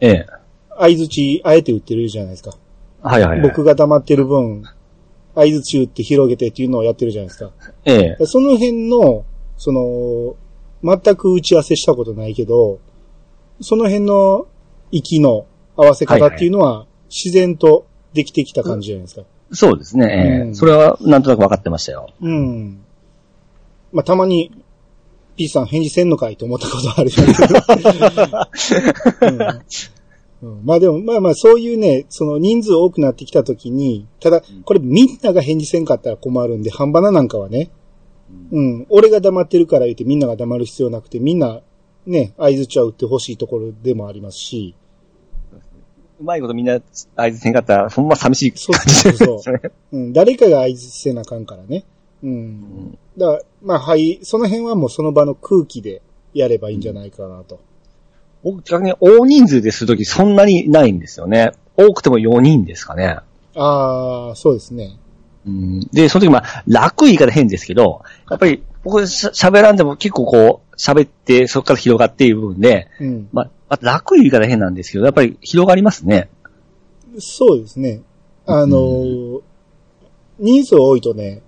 B: ええ。
A: 相づち、あえて打ってるじゃないですか。
B: はいはいはい。
A: 僕が黙ってる分、相づち打って広げてっていうのをやってるじゃないですか。
B: ええ。
A: その辺の、その、全く打ち合わせしたことないけど、その辺の息の合わせ方っていうのは、自然とできてきた感じじゃないですか。
B: そうですね。ええ
A: うん
B: それはなんとなく分かってましたよ。
A: うん。まあ、たまに、 P さん返事せんのかいと思ったことあるけど、うんうんまあでも、まあまあ、そういうね、その人数多くなってきたときに、ただ
B: ん、
A: これみんなが返事せんかったら困るんで、半端ななんかはね、
B: うん
A: うん、俺が黙ってるから言ってみんなが黙る必要なくて、みんな、ね、合図ちゃ打ってほしいところでもありますし、
B: うまいことみんな合図せんかったら、ほんま寂しい
A: そう
B: 感
A: そ
B: じ
A: う
B: で
A: そう
B: すね。
A: うん、誰かが合図せなあかんからね。うん
B: うん
A: だから、まあ、はい、その辺はもうその場の空気でやればいいんじゃないかなと。
B: 僕、逆に大人数でするときそんなにないんですよね。多くても4人ですかね。
A: ああ、そうですね。
B: うんで、その時、まあ、楽言い方変ですけど、やっぱり、僕しゃ喋らんでも結構こう、喋って、そこから広がっている部分で、
A: うん。
B: まあ、まあ、楽言い方変なんですけど、やっぱり広がりますね。
A: そうですね。あのー人数多いとね、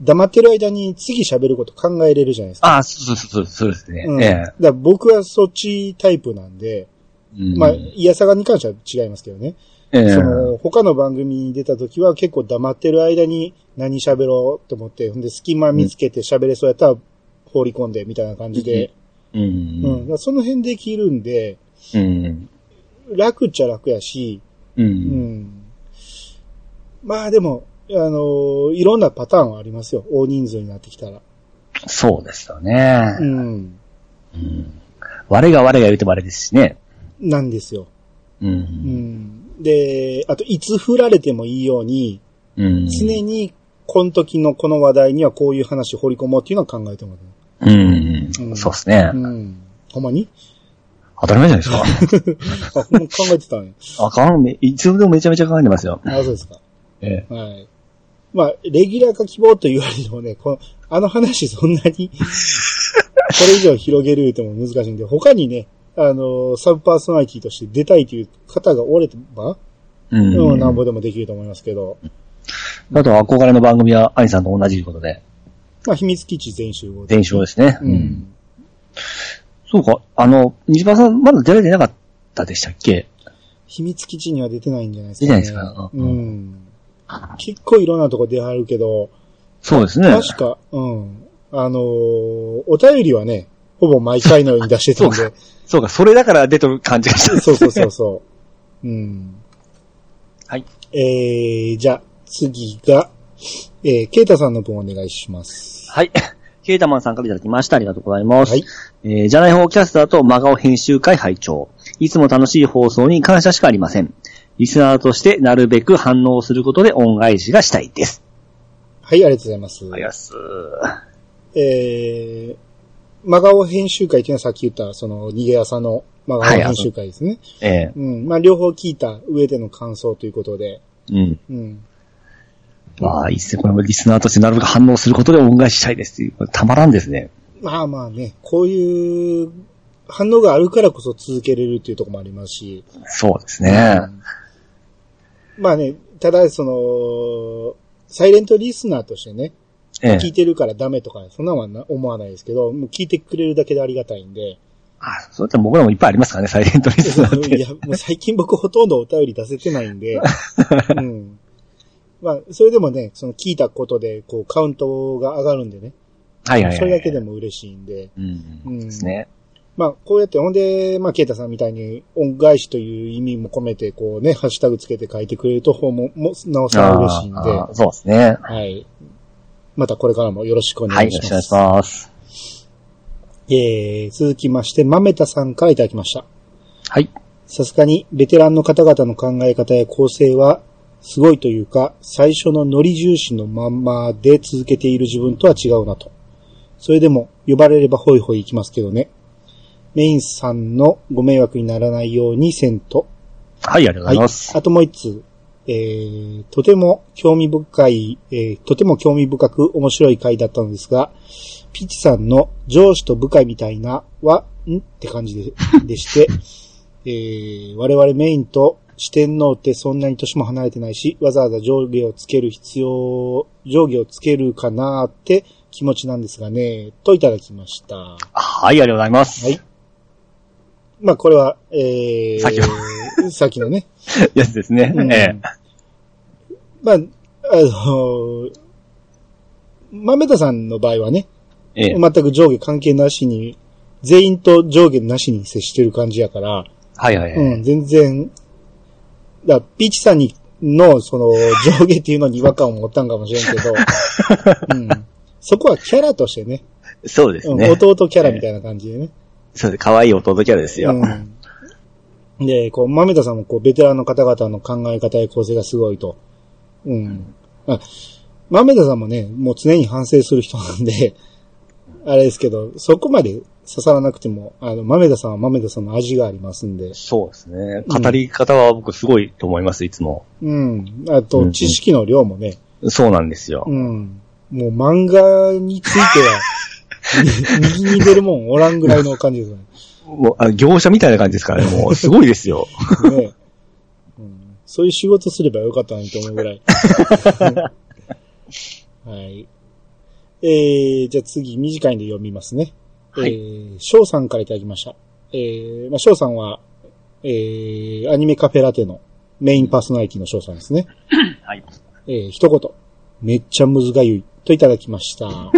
A: 黙ってる間に次喋ること考えれるじゃないですか。
B: ああ、そうそうそう、そうですね。
A: うん。
B: え
A: だから僕はそっちタイプなんで、
B: えうん
A: まあ、いやさがに関しては違いますけどね。
B: ええ
A: その、他の番組に出た時は結構黙ってる間に何喋ろうと思って、ほんで隙間見つけて喋れそうやったら放り込んでみたいな感じで、
B: う
A: うん。だ
B: ん。
A: からその辺できるんで、
B: うん。
A: 楽っちゃ楽やし、
B: う。
A: うんん。まあでも、あのーいろんなパターンはありますよ。大人数になってきたら。
B: そうですよね。
A: うん。
B: うん我が我が言うてもあれですしね。
A: なんですよ。
B: う。
A: うんん。で、あと、いつ振られてもいいように、
B: うん。
A: 常に、この時のこの話題にはこういう話を掘り込もうっていうのは考えても
B: うん
A: う。ん
B: そうですね
A: らう。うん。ほんまに
B: 当たり前じゃないです
A: あ、ほんま考えてた んや。
B: か。あかん、めいつでもめちゃめちゃ考えてますよ。
A: あ、そうですか。
B: ええ。
A: はい。まあ、レギュラー化希望と言われてもね、この、あの話そんな に、これ以上広げる言うても難しいんで、他にね、あのーサブパーソナリティとして出たいという方がおれば、
B: う
A: うん、なん
B: ん。
A: ぼでもできると思いますけど、
B: あとは憧れの番組は、アニさんと同じことで、
A: まあ、秘密基地全集合で。
B: 伝承ですね。
A: う。ん。
B: そうか、あの、西村さん、まだ出られてなかったでしたっけ
A: 秘密基地には出てないんじゃないですか、
B: 出てないですか
A: う。
B: うん
A: 結構いろんなとこ出はるけど、
B: そうですね。
A: 確か、うん。あのーお便りはね、ほぼ毎回のように出してたん
B: そ
A: で、
B: そうか、それだから出てる感じがした。
A: そうそうそうそう。うん。
B: はい。
A: えー、じゃあ、次が、えー、ケイタさんの分お願いします。
B: はい。ケータマンさんからいただきました。ありがとうございます。
A: はい。
B: えーじゃない方キャスターと真顔編集会拝聴いつも楽しい放送に感謝しかありません。リスナーとしてなるべく反応することで恩返しがしたいです。
A: はい、ありがとうございます。
B: ありがとうございます。
A: えー、真顔編集会っていうのはさっき言った、その、逃げ朝の真顔編集会ですね。
B: え
A: うん。まあ、両方聞いた上での感想ということで、
B: えうん。
A: うん。
B: まあ、いいっすね。これもリスナーとしてなるべく反応することで恩返ししたいですっていう。これたまらんですね。
A: まあまあね、こういう反応があるからこそ続けれるっていうところもありますし、
B: そうですね。
A: まあね、ただ、その、サイレントリスナーとしてね、
B: ええ
A: 聞いてるからダメとか、そんなんはな思わないですけど、もう聞いてくれるだけでありがたいんで、
B: あ、そうやって僕らもいっぱいありますからね、サイレントリスナーって。
A: いや、もう最近僕ほとんどお便り出せてないん で、うん。まあ、それでもね、その聞いたことで、こう、カウントが上がるんでね、
B: はいはいはい。
A: それだけで。も嬉しいんで、
B: うん。
A: う
B: そ
A: ん
B: うですね。
A: まあ、こうやって、ほんで、まあ、ケイタさんみたいに、恩返しという意味も込めて、こうね、ハッシュタグつけて書いてくれると、ほうも、も、なおさら嬉しいんで、
B: あーあーそうですね。
A: はい。またこれからもよろしくお
B: は
A: 願
B: い、
A: い
B: よ
A: し
B: ろ
A: ま
B: しく
A: す。
B: お願いします。
A: えー、続きまして、まめたさんからいただきました。
B: はい。
A: さすがに、ベテランの方々の考え方や構成は、すごいというか、最初のノリ重視のまんまで続けている自分とは違うなと。それでも、呼ばれればホイホイ行きますけどね。メインさんのご迷惑にならないようにせんと。
B: はい、ありがとうございます。
A: あともう一つ。えー、とても興味深い、えー、とても興味深く面白い回だったのですが、ピチさんの上司と部下みたいなは、んって感 じででして、えー、我々メインと四天王ってそんなに年も離れてないし、わざわざ上下をつける必要、上下をつけるかなーって気持ちなんですがね、といただきました。
B: はい、ありがとうございます。
A: はいまあこれは、えー、
B: さっき
A: さっきのね、
B: やつですね。
A: うん
B: ええ。
A: まあ、あのー、豆田さんの場合はね、
B: えええ
A: 全く上下関係なしに、全員と上下なしに接してる感じやから、
B: はいはいはい。
A: うん、全然、だピーチさんにの、そ の、上下っていうのに違和感を持ったんかもしれんけど、うん、そこはキャラとしてね、
B: そうです
A: うん
B: ね。
A: 弟キャラみたいな感じでね。
B: そうです。可愛い弟キャラですよ。
A: うん、で、こう、豆田さんもこう、ベテランの方々の考え方や構成がすごいと。うん。あ豆田さんもね、もう常に反省する人なんで、 あれですけど、そこまで刺さらなくても、あの、豆田さんは豆田さんの味がありますんで、
B: そうですね。語り方は僕すごいと思います、いつも。
A: うん。あ
B: うん
A: と
B: う、ん
A: 知識の量もね、
B: そうなんですよ。
A: うん。もう漫画について は、右に出るもんおらんぐらいの感じですね。
B: もうあ業者みたいな感じですからね。もう、すごいで すよ。
A: ねうん、そういう仕事すればよかったなと思うぐら い。はい。えー、じゃあ次、短いんで読みますね。
B: はい
A: えー、翔さんからいただきました。えー、まあ、翔さんは、えー、アニメカフェラテのメインパーソナリティの翔さんですね。
B: はい。
A: えー、一言。めっちゃむずがゆい。といただきま した。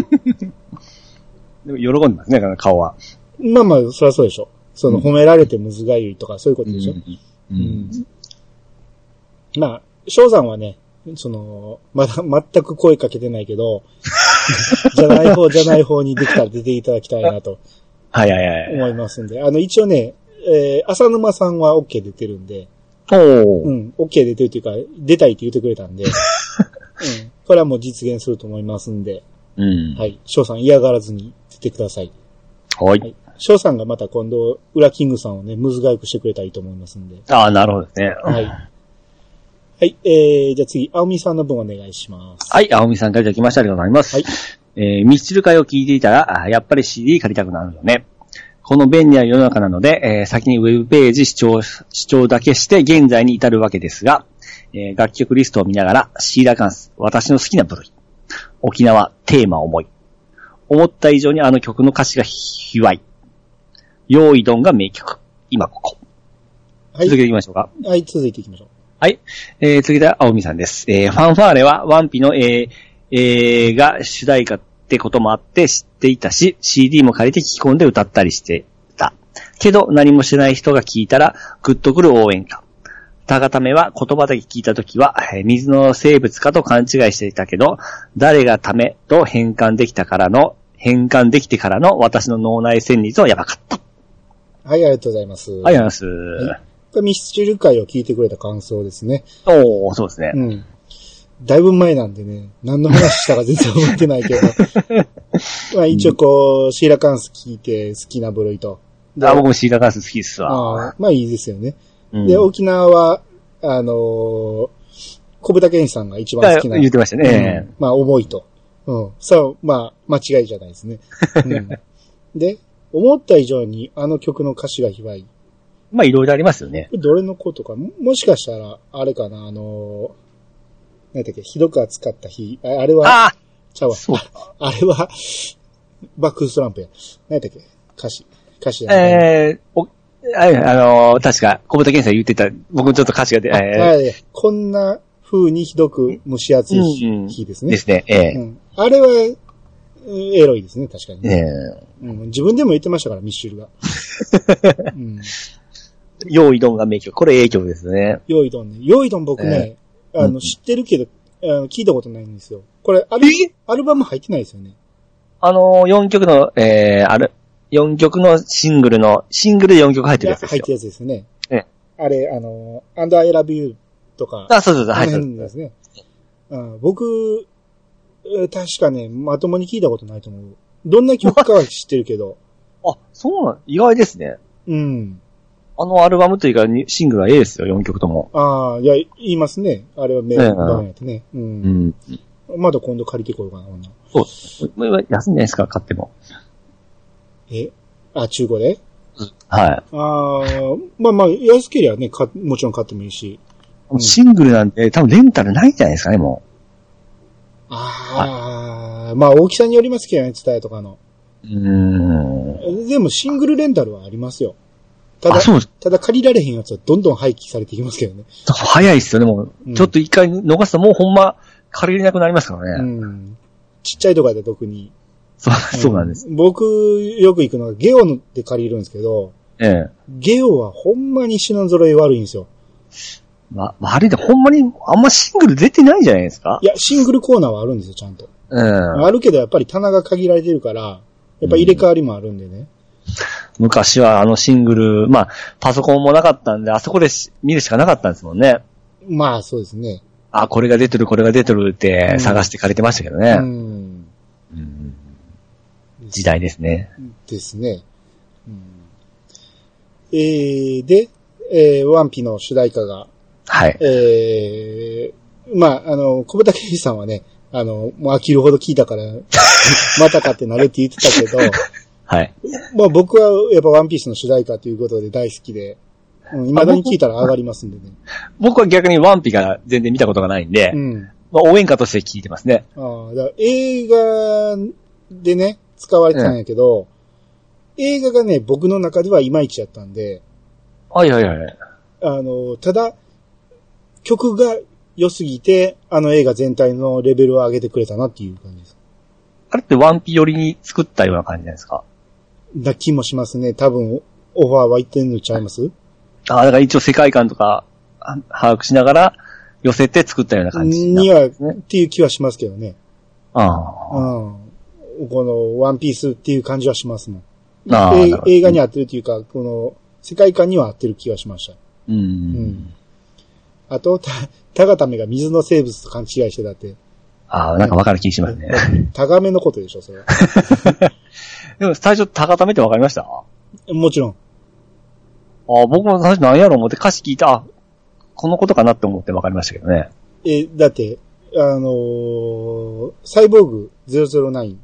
B: でも喜んでますね、顔は。
A: まあまあ、そりゃそうでしょ。その、
B: うん
A: 褒められてむずがゆいとか、そういうことでしょ。
B: う
A: うん。まあ、翔さんはね、その、まだ全く声かけてないけ ど、じゃない方じゃない方にできたら出ていただきたいなと
B: はいはいはい。
A: 思いますんで、あの、一応ね、えー、浅沼さんは OK 出てるんで、
B: お
A: う
B: ー
A: ん、OK 出てるというか、出たいって言ってくれたん で、うん、これはもう実現すると思いますんで、
B: うん。
A: はい、翔さん嫌がらずに出てください。
B: は。
A: はいい、翔さんがまた今度、裏キングさんをね、むずがゆくしてくれたらいいと思いますんで、
B: ああ、なるほどですね。
A: はい。はい、えー、じゃあ次、青みさんの分お願いします。
B: はい、青みさんからいただきましたありがとうございます。
A: はい
B: えー、ミスチル会を聞いていたら、あーやっぱり CD 借りたくなるよね。この便利な世の中なので、えー先にウェブページ視聴、視聴だけして現在に至るわけですが、えー楽曲リストを見ながら、シーラカンス、私の好きな部類。沖縄、テーマ、思い。思った以上にあの曲の歌詞が卑猥。用意どんが名曲。今ここ。
A: は
B: 続け
A: い、
B: ていきましょうか。
A: はい、続いていきましょう。
B: はい。えー、次だ、青みさんです。えー、ファンファーレは、ワンピの、えー、えーが主題歌ってこともあって知っていたし、CD も借りて聴き込んで歌ったりしてた。けど、何もしてない人が聞いたら、グッとくる応援歌。たがためは言葉だけ聞いたときは、えー水の生物かと勘違いしていたけど、誰がためと変換できたからの、変換できてからの私の脳内旋律はやばかった。
A: はい、ありがとうございます。
B: あ
A: は
B: り
A: い。
B: がとうございます。
A: ミスチル会を聞いてくれた感想ですね。
B: おー、そうですね。
A: うん。だいぶ前なんでね、何の話したか全然覚えてない けど。まあ一応こう、シーラカンス聞いて好きな部類と。で
B: あ僕もシーラカンス好きっすわ。
A: あーまあいいですよね。
B: うん
A: で、沖縄は、あのー、小豚健二さんが一番好きな。
B: 言ってましたね。
A: うんまあ、重いと。うん。そう、まあ、間違いじゃないですね。 うん、で、思った以上にあの曲の歌詞が卑猥。こ
B: まあ、いろいろありますよね。
A: れどれのことか、ももしかしたら、あれかな、あのー、なんだっけ、ひどく扱った日、ああれは、
B: あ
A: ちゃう
B: あ
A: わ。
B: そう。
A: あれは、バックストランプや。なんだっけ、歌詞。歌詞じゃない
B: えー、お、ああのー確か、小畑健さん言ってた、僕もちょっと歌詞が出、
A: あ
B: え
A: はいこんな風にひどく蒸し暑い
B: うん
A: 日です
B: ー、で
A: ね。
B: すね、え
A: う
B: ー
A: ん、あれは、うんエロいですね、確かにね。
B: え
A: うん、自分でも言ってましたから、ミッシュルが。 うん、
B: ー、用意どんが名曲。これ影響ですね。
A: ヨイドンね。ヨイドン僕ね、あ
B: うん
A: の、知ってるけど、あの聞いたことないんですよ。これ、アルアルバム入ってないですよね。
B: あのー、4曲の、えー、あれ、4曲のシングルの、シングルで4曲入ってるやつです
A: 入っ
B: よ
A: て。るやつですよね。
B: え
A: あれ、あの、アンドアイラビューとか、
B: あ、そうそうそう、
A: あ
B: 入っ
A: の
B: て
A: 辺
B: る。
A: ですね。うん僕、えー確かね、まともに聞いたことないと思う。どんな曲かは知ってるけ ど、
B: あ、そうなん、意外ですね。
A: うん。
B: あのアルバムというか、にシングルは A ですよ、4曲とも。
A: ああ、いや、言いますね。あれは名盤やってね。う。
B: うんん。
A: まだ今度借りてこようかな、ほんなら
B: そうですね。これは安いんじゃないですか、買っても。
A: えあ、中古で
B: はい。
A: ああ、まあまあ、安ければね、か、もちろん買ってもいいし。うん
B: シングルなんて、多分レンタルないんじゃないですかね、も
A: ああ、まあ大きさによりますけどね、伝えとかの。
B: う。うーん。
A: でもシングルレンタルはありますよ。ただ
B: あ、、そう、
A: ただ借りられへんやつはどんどん廃棄されていきますけどね。
B: 早いっすよね、もう。
A: うん
B: ちょっと一回逃すともうほんま、借りれなくなりますから
A: う
B: ね。
A: ん。ちっちゃいとかで特に、
B: そう、そうなんです。
A: 僕、よく行くのはゲオで借りるんですけど、
B: ええ。
A: ゲオはほんまに品揃え悪いんですよ。
B: ま、まあ、あれでほんまに、あんまシングル出てないじゃないですか
A: いや、シングルコーナーはあるんですよ、ちゃんと。
B: ええ。
A: あるけど、やっぱり棚が限られてるから、やっぱ入れ替わりもあるんでね。
B: 昔はあのシングル、まあ、パソコンもなかったんで、あそこでし見るしかなかったんですもんね。
A: まあ、そうですね。
B: あ、これが出てる、これが出てるって探して借りてましたけど
A: う
B: ね。
A: ん。
B: うん時代ですね。
A: ですね。うん、えー、で、えー、ワンピの主題歌が、
B: はい。
A: えー、まあ、あの、小畑健二さんはね、あの、もう飽きるほど聞いたから、 またかってなれって言ってたけど、
B: はい。
A: まあ僕はやっぱワンピースの主題歌ということで大好きで、うん、未だに聞いたら上がりますんでね。
B: 僕は逆にワンピが全然見たことがないんで、
A: うん。
B: まあ、応援歌として聞いてますね。
A: ああ、だから映画でね、使われてたんやけど、映画がね、僕の中ではいまいちやったんで、
B: はいはいはい。
A: あの、ただ、曲が良すぎて、あの映画全体のレベルを上げてくれたなっていう感じです。
B: あれってワンピ寄りに作ったような感じじゃないですか。
A: な気もしますね。多分、オファーは言ってんのちゃいます
B: あだから一応世界観とかあ把握しながら寄せて作ったような感じな。
A: には、っていう気はしますけどね。
B: あ
A: う
B: あ。
A: ん。この、ワンピースっていう感じはしますもん。
B: ああ
A: え
B: なるほど
A: 映画に合ってるっていうか、この、世界観には合ってる気はしました。
B: うん。
A: うんあと、た、 タガタメが水の生物と勘違いしてたって。
B: ああ、なんかわかる気しますね。
A: タガメのことでしょ、それは。
B: でも最初高ためってわかりましたあ
A: もちろん。
B: あ、僕も最初何やろう思って歌詞聞いた、あこのことかなって思ってわかりましたけどね。
A: え、だって、あのーサイボーグ009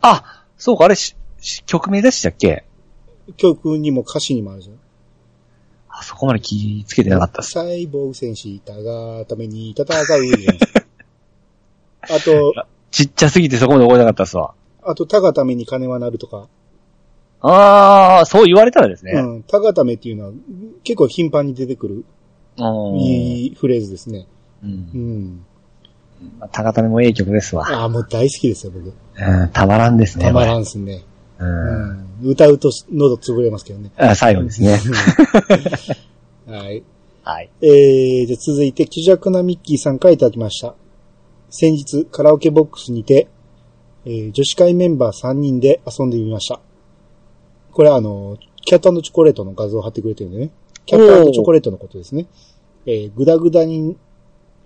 B: あ、そうか、あれし、し曲名でしたっけ
A: 曲にも歌詞にもあるじゃん。
B: あそこまで気つけてなかったっす。
A: サイボーグ戦士、タガタメに戦う じゃん。あと、
B: ちっちゃすぎてそこまで覚えなかったっすわ。
A: あと、タガタメに金はなるとか。
B: ああ、そう言われたらですね。
A: うん。タガタメっていうのは結構頻繁に出てくる
B: うん。
A: いいフレーズですね。
B: う。
A: うんん。
B: 高ためもいい曲ですわ。
A: ああ、もう大好きですよ、僕。
B: うん、たまらんですね。
A: たまらんすね。
B: これう。
A: うんん歌うと喉潰れますけどね。
B: あ最後ですね。
A: はい。
B: はい。
A: えー、じゃあ続いて、気弱なミッキーさんからいただきました。先日、カラオケボックスにて、えー女子会メンバー3人で遊んでみました。これはあの、キャットチョコレートの画像を貼ってくれてるんでね。キャットチョコレートのことですね。えー、ぐだぐだに、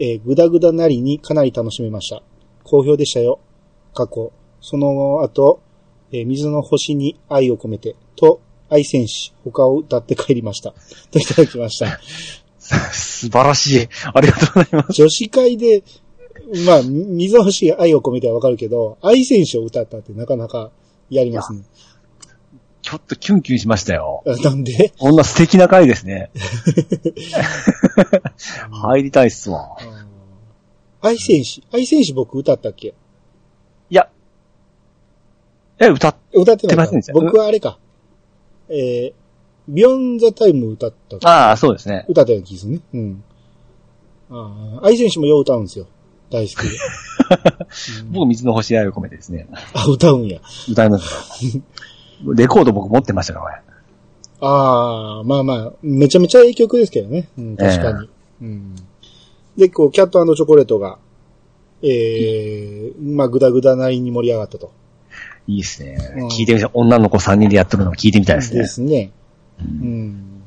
A: えー、ぐだぐだなりにかなり楽しめました。好評でしたよ。過去。その後、えー水の星に愛を込めて、と、愛戦士、他を歌って帰りました。といただきました。
B: 素晴らしい。ありがとうございます。
A: 女子会で、まあ、水欲しい愛を込めてはわかるけど、愛選手を歌ったってなかなかやりますね。
B: ちょっとキュンキュンしましたよ。
A: あなんで、
B: こんな素敵な回です ね。入りたいっすわ。
A: 愛選手、愛選手僕歌ったっけ
B: いや。え、歌っ、
A: 歌ってない
B: 歌ってませ
A: か
B: ん
A: 僕はあれか。えー、ビヨンザタイム歌った、
B: ああ、そうですね。
A: 歌ったような気がするね。うん。ああ、愛選手もよう歌うんですよ。大好き で。
B: 僕、水の星愛を込めてですね。
A: あ、歌うんや。
B: 歌いま した。レコード僕持ってましたから、これ。
A: ああ、まあまあ、めちゃめちゃいい曲ですけどね。うん、確かに。うん、で、こう、キャットチョコレートが、ええまあ、ぐだぐだなりに盛り上がったと。
B: いいっすね
A: うん。
B: 聞いてみた女の子3人でやってるのを聞いてみたいです
A: で
B: ね。
A: すね。うん。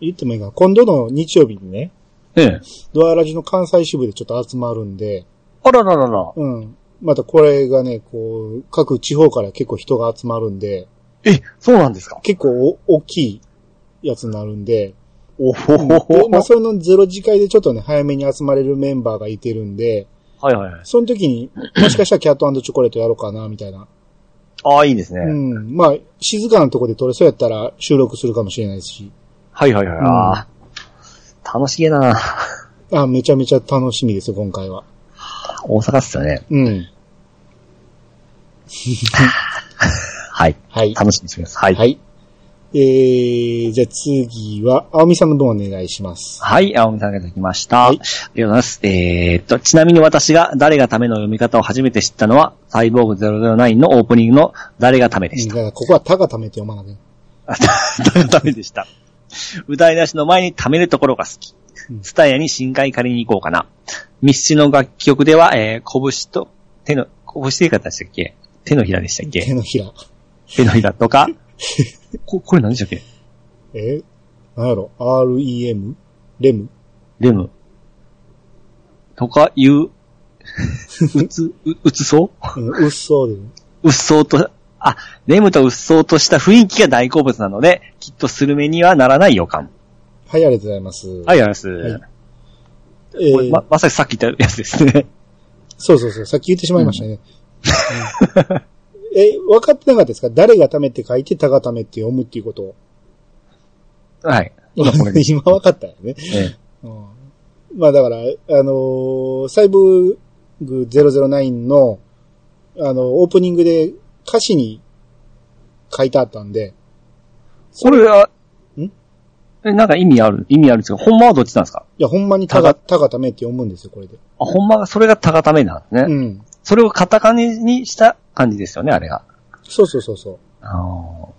A: 言ってもいいかな。今度の日曜日にね、
B: ええ。
A: ドアラジの関西支部でちょっと集まるんで、
B: あらららら。
A: うん。またこれがね、こう、各地方から結構人が集まるんで、
B: え、そうなんですか
A: 結構お大きいやつになるんで、
B: おほほ
A: で
B: ほ。
A: まあ、それのゼロ次会でちょっとね、早めに集まれるメンバーがいてるんで、
B: はいはいはい。
A: その時に、もしかしたらキャットチョコレートやろうかな、みたいな。
B: ああ、いいですね。
A: うん。まあ、静かなとこで撮れそうやったら収録するかもしれないですし。
B: はいはいはい。
A: うん
B: ああ楽しげだな。
A: あ、めちゃめちゃ楽しみですよ、今回は。
B: 大阪っすよね。
A: うん。
B: はい。
A: はい。
B: 楽しみにしてください。
A: はい。えー、じゃあ次は、青みさんの分お願いします。
B: はい、青みさんがいただきました。
A: はい
B: ありがとうございます。えーっと、ちなみに私が誰がための読み方を初めて知ったのは、サイボーグ009のオープニングの誰がためで
A: うん
B: した
A: だ。からここはたがためて読まなきゃ。
B: あ誰が ためでした。歌い出しの前にためるところが好き
A: うん。
B: スタヤに深海借りに行こうかな。密室の楽曲では、えー、拳と、手の、拳で方でしたっけ手のひらでしたっ
A: 手
B: け
A: のひら。
B: 手のひら とかこ、これ何でしたっけ
A: えなんやろ ?REM? レム
B: レム。とかいう、うつ、う、うつそう
A: うん、うっそうで。
B: うっそうと、あ、レムとうっそうとした雰囲気が大好物なので、きっとスルメにはならない予感。
A: はい、ありがとうございます。。
B: はいい、ありがとうございます。こ
A: え
B: れ
A: ー
B: ま、まさにさっき言ったやつですね。
A: そうそうそう、さっき言ってしまいましたね。うんえ、分かってなかったですか誰がためって書いて、たがためって読むっていうことを。
B: はい。
A: 今
B: 今これです
A: 分かったよね。
B: え
A: うんまあだから、あのーサイボーグ009の、あの、オープニングで歌詞に書いてあったんで、
B: これは、
A: ん
B: え、なんか意味ある意味あるんですけど、ほんまはどっちなんですか
A: いや、ほんまにたが、たがためって読むんですよ、これで。
B: あ、ほんまが、それが高ためなんですね。
A: うん。
B: それをカタカナにした感じですよね、あれが。
A: そうそうそうそ
B: あの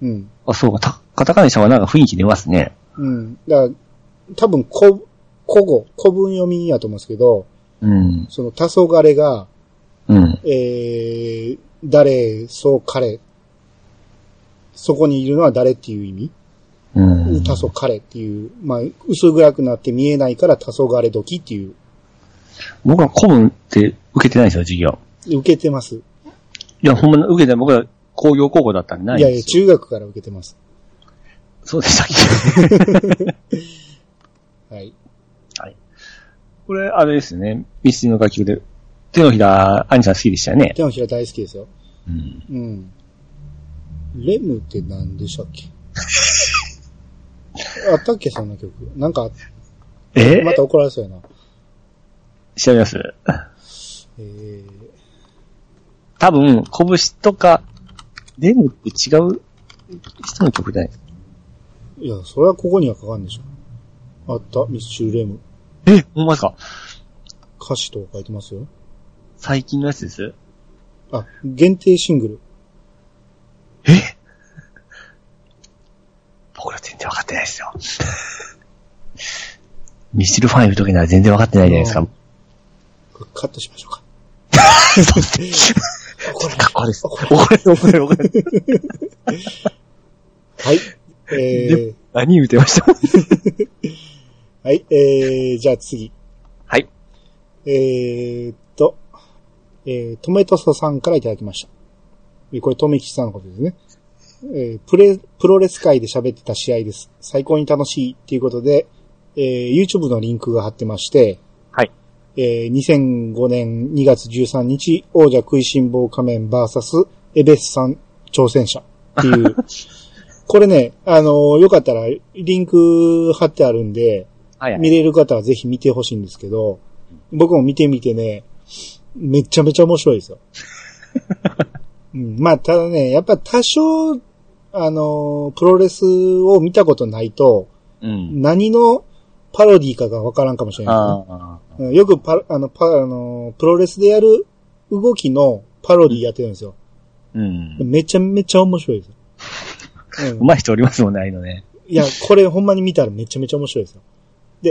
A: う。うん。
B: ーあ、そうか、たカタカナにした方がなんか雰囲気出ますね。
A: うん。だから、多分、こ、古語、古文読みやと思うんですけど、
B: うん。
A: その、黄昏が、
B: うん。
A: えー、誰、そう、彼。そこにいるのは誰っていう意味
B: うん。
A: 黄昏っていう、まあ、薄暗くなって見えないから黄昏時っていう、
B: 僕は古文って受けてないんですよ、授業。
A: 受けてます。
B: いや、ほんまに受けてない。僕は工業高校だったんでな
A: い
B: いん
A: や
B: で
A: いや、
B: すよ。
A: 中学から受けてます。
B: そうでしたっけ
A: はい。
B: これ、あれですよね。ミスティの楽曲で。手のひら、アニさん好きでしたよね。
A: 手のひら大好きですよ。
B: うん。
A: うん。レムって何でしたっけ あったっけそんな曲。なんか、
B: え
A: また怒られそうやな。
B: 調べます。
A: えー、
B: 多分、拳とか、レムって違う人の曲じゃないですか。
A: いや、それはここには書かんでしょ。あった、ミッシュレム。
B: え、ほんまですか
A: 歌詞と書いてますよ。
B: 最近のやつです
A: あ、限定シングル。
B: え僕ら全然わかってないですよ。 ミスチルファンいる時なら全然わかってないじゃないです
A: う
B: か。
A: カットしましょうか。
B: かっこ悪いです。怒れる、怒れる、怒れる。
A: はい。えー、
B: 何言うてました
A: はい、えー、じゃあ次。
B: はい。
A: えーっと、えー、トメトソさんからいただきました。えーこれ、トメキさんのことですね。えー、プレ、プロレス界で喋ってた試合です。最高に楽しいっていうことで、えー、YouTube のリンクが貼ってまして、
B: はい。
A: えー、2005年2月13日、王者食いしん坊仮面 VS エベスさん挑戦者って いう。これね、あのーよかったら、リンク貼ってあるんで、
B: はいはい
A: 見れる方はぜひ見てほしいんですけど、僕も見てみてね、めちゃめちゃ面白い ですよ。うん、まあ、ただね、やっぱ多少、あのープロレスを見たことないと、
B: うん。
A: 何のパロディーかがわからんかもしれない
B: ああ。
A: ですね、うんよくパ、あの、パ、あのープロレスでやる動きのパロディーやってるんですよ。
B: うん。
A: めちゃめちゃ面白いですよ。
B: う
A: うん、
B: まい人おりますもんね、ああいうのね。
A: いや、これほんまに見たらめちゃめちゃ面白いですよ。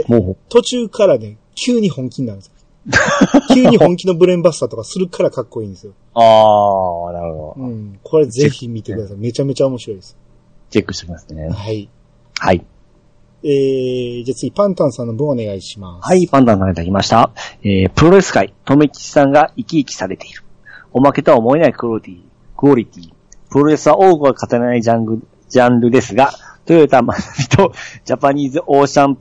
B: も
A: 途中からね、急に本気になるんですよ。 急に本気のブレーンバスターとかするからかっこいいんですよ。
B: う。ああ、なるほ
A: う
B: ど。
A: ん。これぜひ見てください。めちゃめちゃ面白いです。
B: チェックしてきますね。
A: はい。
B: はい。
A: えー、じゃあ次、パンタンさんの分お願いします。
B: はい、パンダさんがいただきました。えー、プロレス界、とめきちさんが生き生きされている。おまけとは思えないクオリティ、クオリティ。プロレスは多くは語れないジャンル、ジャンルですが、トヨタマナミとジャパニーズオーシャン、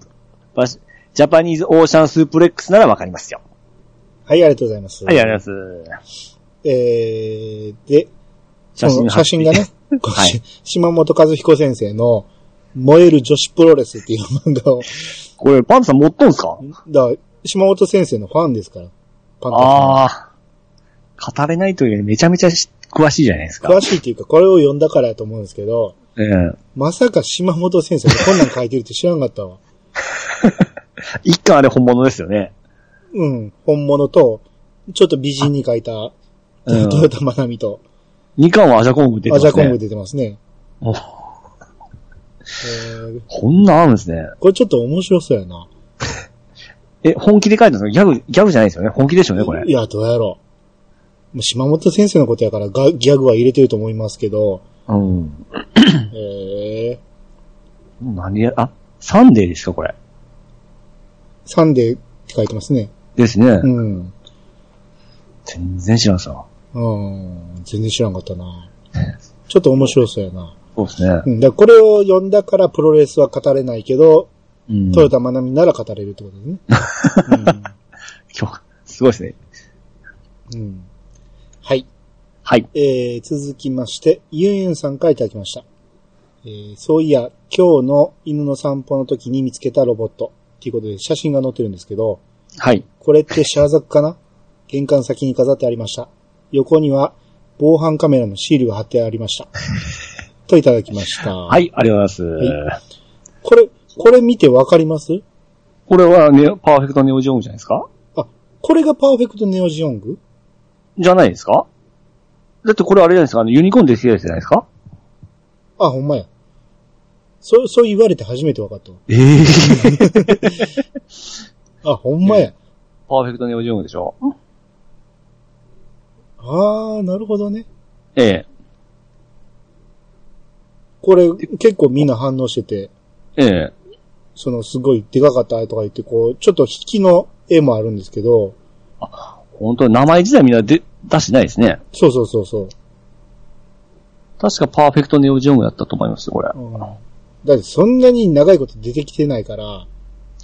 B: バシジャパニーズオーシャンスープレックスならわかりますよ。
A: はい、ありがとうございます。
B: はい、ありがとうございます。
A: えー、で、
B: 写真
A: その写真がね、
B: はい
A: 島本和彦先生の、燃える女子プロレスっていう漫画を、
B: これ、パンダさん持っとんすか
A: だから島本先生のファンですから。パンタンさんは。
B: ああ。語れないというよりめちゃめちゃし詳しいじゃないですか。
A: 詳しいっていうか、これを読んだからやと思うんですけど、
B: ええ
A: まさか島本先生がこんなん書いてるって知らんかった わ。
B: 一巻あれ本物ですよね。
A: うん。本物と、ちょっと美人に書いた、
B: うん
A: 豊田真美と、
B: 二巻はアジャコング出てま
A: アジ
B: すね。
A: ャコング出てますね。
B: お
A: えー
B: こんなんあるんですね。
A: これちょっと面白そうやな。
B: え、本気で書いたんですかギャグ、ギャグじゃないですよね。本気でしょうね、これ
A: い。や、どうやろう。もう島本先生のことやからがギャグは入れてると思いますけど、
B: うん。
A: えー、
B: 何や、あ、サンデーですか、これ。
A: サンデーって書いてますね。
B: ですね。
A: うん。
B: 全然知らんさ。
A: うん。全然知らんかったな。ちょっと面白そうやな。
B: そうですね。
A: うん。だからこれを読んだからプロレスは語れないけど、
B: うん。
A: 豊田真美なら語れるってことですね。
B: 今日、すごいですね。
A: うん。うん。はい。
B: はい。
A: えー、続きまして、ゆんゆんさんからいただきました。えー、そういや、今日の犬の散歩の時に見つけたロボットっていうことで写真が載ってるんですけど、
B: はい。
A: これってシャーザクかな玄関先に飾ってありました。横には防犯カメラのシールが貼ってありました。といただきました。
B: は。い、ありがとうございます。
A: これ、これ見てわかります
B: これはね、パーフェクトネオジオングじゃないですか
A: これがパーフェクトネオジオング
B: じゃないですかだってこれあれじゃないですかあの、ユニコーンできてるやつじゃないですか
A: あ、ほんまや。そう、そう言われて初めてわかったわ
B: ええ
A: あ、ほんまや。
B: パーフェクトネオジオングでしょ
A: あー、なるほどね。
B: ええ。
A: これ結構みんな反応してて、
B: ええ。
A: そのすごいでかかったとか言って、こう、ちょっと引きの絵もあるんですけど、
B: 本当に名前自体みんなで出してないですね。
A: そうそうそうそう。
B: 確かパーフェクトネオジオングだったと思いますよ、これ。
A: うん、だってそんなに長いこと出てきてないから、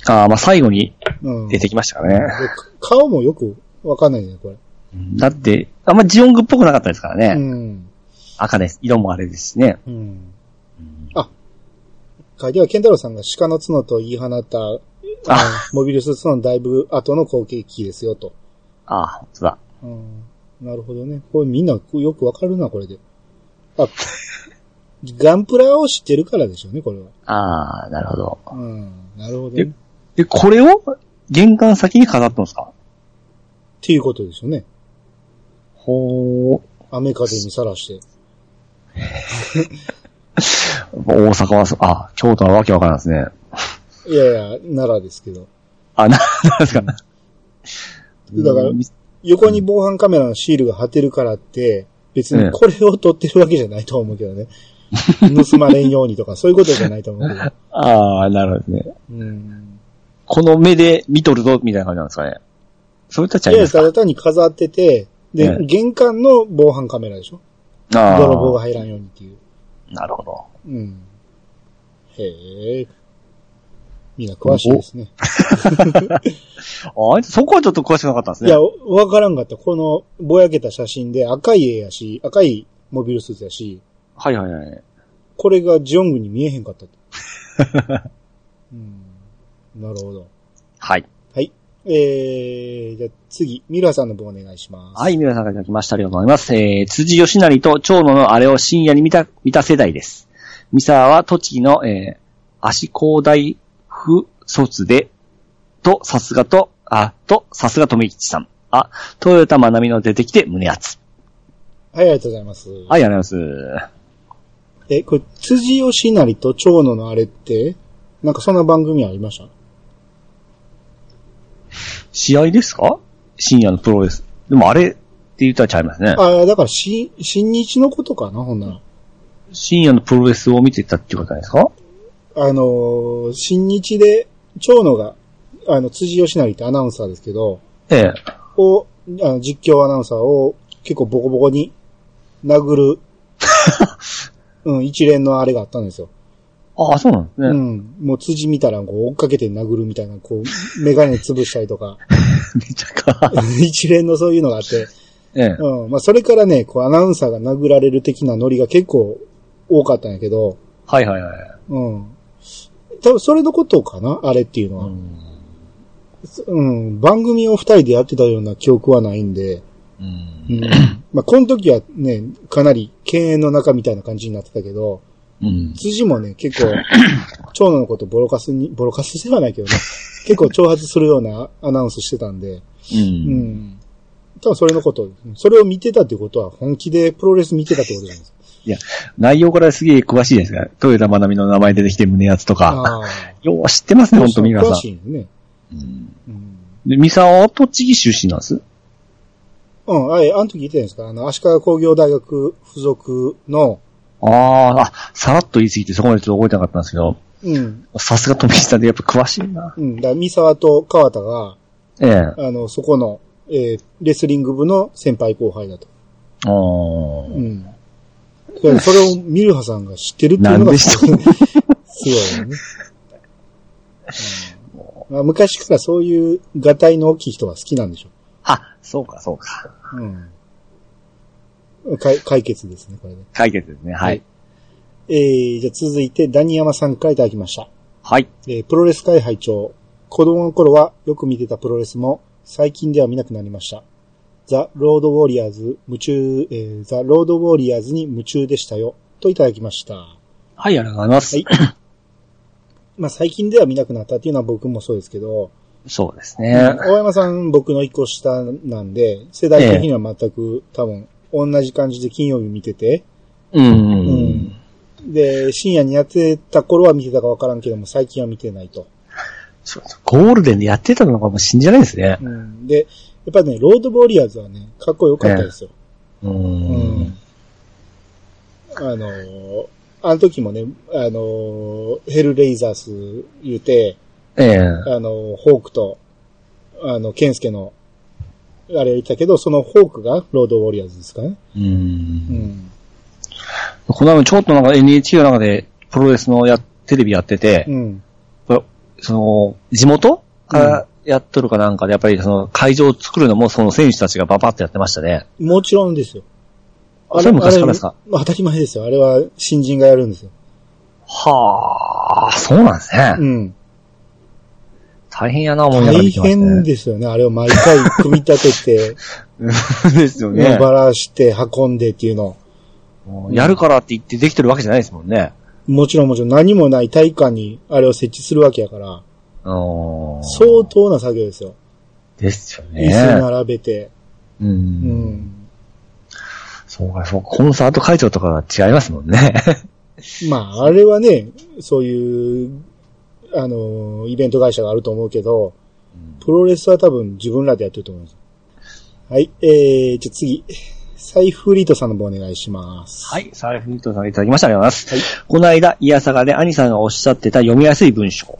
B: ああ、まあ最後に
A: うん。
B: 出てきましたからね。
A: で顔もよくわかんないね、これ。
B: だって、あんまジオングっぽくなかったですから
A: う
B: ね。
A: ん。
B: 赤です。色もあれですしね。
A: うん。あ、書いてはケンタロウさんが鹿の角と言い放った、
B: あ、
A: あのモビルスーツのだいぶ後の後継機ですよ、と。
B: ああ、そうだ。
A: うんなるほどね。これみんなよくわかるな、これで。あ、 ガンプラを知ってるからでしょうね、これは。
B: ああ、なるほど。
A: うん。なるほどね。
B: え
A: っ
B: で、これを玄関先に飾ったんですか
A: ていうことですよね。
B: ほー。
A: 雨風にさらして。
B: 大阪はそ、あ、京都はわけわからんですね。
A: いやいや、奈良ですけど。
B: あ、な、なんですか。だ
A: だから横に防犯カメラのシールが貼ってるからって、別
B: ええ
A: にこれを撮ってるわけじゃないと思うけど ね。盗まれんようにとか、そういうことじゃないと思うけど。
B: ああ、なるほどね。
A: うん。
B: この目で見とるぞ、みたいな感じなんですかね。そういったちゃ
A: い
B: い
A: や、
B: ます
A: た
B: か
A: だ単に飾ってて、で、
B: ええ
A: 玄関の防犯カメラでしょ
B: あ
A: 泥棒が
B: あ、
A: 入らんようにっていう。
B: なるほど。
A: うん。へえ。みんな詳しいですね。
B: ああいつ、そこはちょっと詳しくなかったんです
A: い
B: ね
A: や、。わからんかった。このぼやけた写真で赤い絵やし、赤いモビルスーツやし、
B: はいはいはい。
A: これがジオングに見えへんかったと。 うん、なるほど。
B: はい。
A: えー、じゃあ次、ミラさんの分お願いします。
B: はい、皆さんからいただきました。ありがとうございます。えー、辻吉成と長野のあれを深夜に見た、見た世代です。三沢は栃木の、えー、足工大府卒で、と、さすがと、あ、と、さすが富吉さん。あ、豊田真奈美の出てきて胸熱。
A: はい、ありがとうございます。
B: はい、ありがとうございます。
A: え、これ、辻吉成と長野のあれって、なんかそんな番組ありました
B: 試合ですか深夜のプロレス。でもあれって言ったらちゃいますね。
A: あ、だから、新、新日のことかな、ほんなら。
B: 深夜のプロレスを見てたっていうことなんですか
A: あのー新日で、長野が、あの、辻吉成ってアナウンサーですけど、
B: ええ。
A: を、あの実況アナウンサーを結構ボコボコに殴る、うん、一連のあれがあったんですよ。
B: ああ、そうなんですね。
A: うん。もう辻見たらこう追っかけて殴るみたいな、こう、 メガネ潰したりとか、
B: めちゃか。
A: 一連のそういうのがあって、
B: ええ。
A: うん。まあ、それからね、こう、アナウンサーが殴られる的なノリが結構多かったんやけど、
B: はいはいはい。
A: うん。多分それのことかなあれっていうのは。
B: うん
A: うん、番組を二人でやってたような記憶はないんで、
B: ううん。
A: うん。まあ、この時はね、かなり犬猿の中みたいな感じになってたけど、
B: うん。
A: 辻もね、 結構、長野のことボロカスに、ボロカスではないけどね、結構挑発するようなアナウンスしてたんで、
B: う。
A: うんん。多分それのこと、それを見てたってことは本気でプロレス見てたってことじゃないですか。
B: 内容からすげえ詳しいですが、豊田真美の名前出てきて胸圧とか。
A: あ
B: よう知ってます
A: あ
B: ね、ほんと、皆
A: 詳
B: さ
A: しいよね。
B: ん。うん
A: うん。
B: で、ミサは栃木出身なんです
A: うん、あれ、あの時言ってたんですかあの、足利工業大学附属の、
B: ああ、あ、さらっと言い過ぎてそこまでちょっと覚えてなかったんですけど、
A: うん、
B: さすが富士さんでやっぱ詳しいな。
A: うん、だから三沢と川田が、
B: ええ。
A: あの、そこの、えーレスリング部の先輩後輩だと。
B: あー
A: うん。だからそれをミルハさんが知ってるっていうの
B: なん
A: が
B: ですし
A: ご い、すごいよね。うんまあ、昔からそういうがたいの大きい人が好きなんでしょ
B: あ、そうか、そうか。
A: う。うん。かい解決ですね、これで。
B: 解決ですね。はい。
A: えー、じゃあ続いて、ダニヤマさんからいただきました。
B: はい。
A: えープロレス界拝聴子供の頃はよく見てたプロレスも最近では見なくなりました。ザ・ロード・ウォリアーズ、夢中、えーザ・ロード・ウォリアーズに夢中でしたよ、といただきました。は
B: はい、ありがとうございます。
A: い。まあ最近では見なくなったっていうのは僕もそうですけど、
B: そうですね。
A: 大山さん僕の一個下なんで、世代的には全く多分同じ感じで金曜日見てて、
B: うん。
A: うんで、深夜にやってた頃は見てたかわからんけども最近は見てないと。
B: そうゴールデンでやってたのかも信じられないですね。
A: うんで、やっぱね、ロードボリアーズはね、かっこよかったですよ。
B: う
A: うん
B: ん。
A: あのーあの時もね、あのーヘルレイザース言うて、
B: ええ。
A: あのーホークと、あの、ケンスケの、あれを言ったけど、そのホークがロードウォリアーズですかね。
B: う。
A: うんん。
B: この前ちょっとなんか NHK の中でプロレスのや、テレビやってて、
A: うん。
B: その、地元からやっとるかなんかで、やっぱりその会場を作るのもその選手たちがババッとやってましたね。
A: もちろんですよ。
B: あそれ昔からですか
A: あれ当たり前ですよ。あれは新人がやるんですよ。
B: はあ、そうなんですね。
A: うん。
B: 大変やな思いながら
A: 大
B: 見てましたね。
A: 変ですよね。あれを毎回組み立てて、
B: うんですよ ね。
A: バラして運んでっていうの。
B: もうやるからって言ってできてるわけじゃないですもんね。
A: もちろんもちろん何もない体育館にあれを設置するわけやから、
B: うん
A: 相当な作業ですよ。
B: ですよ
A: 椅
B: ね。
A: 子並べて。
B: うん。
A: うん。
B: そうか、そうかコンサート会場とかは違いますもんね。
A: まあ、あれはね、そういう、あのー、イベント会社があると思うけど、プロレスは多分自分らでやってると思うんですよ。はい、えー、じゃあ次。サイフリートさんの方お願いします。
B: はい。サーフィートさんいただきました。ありがとうございます。この間、イヤサガで兄さんがおっしゃってた読みやすい文章。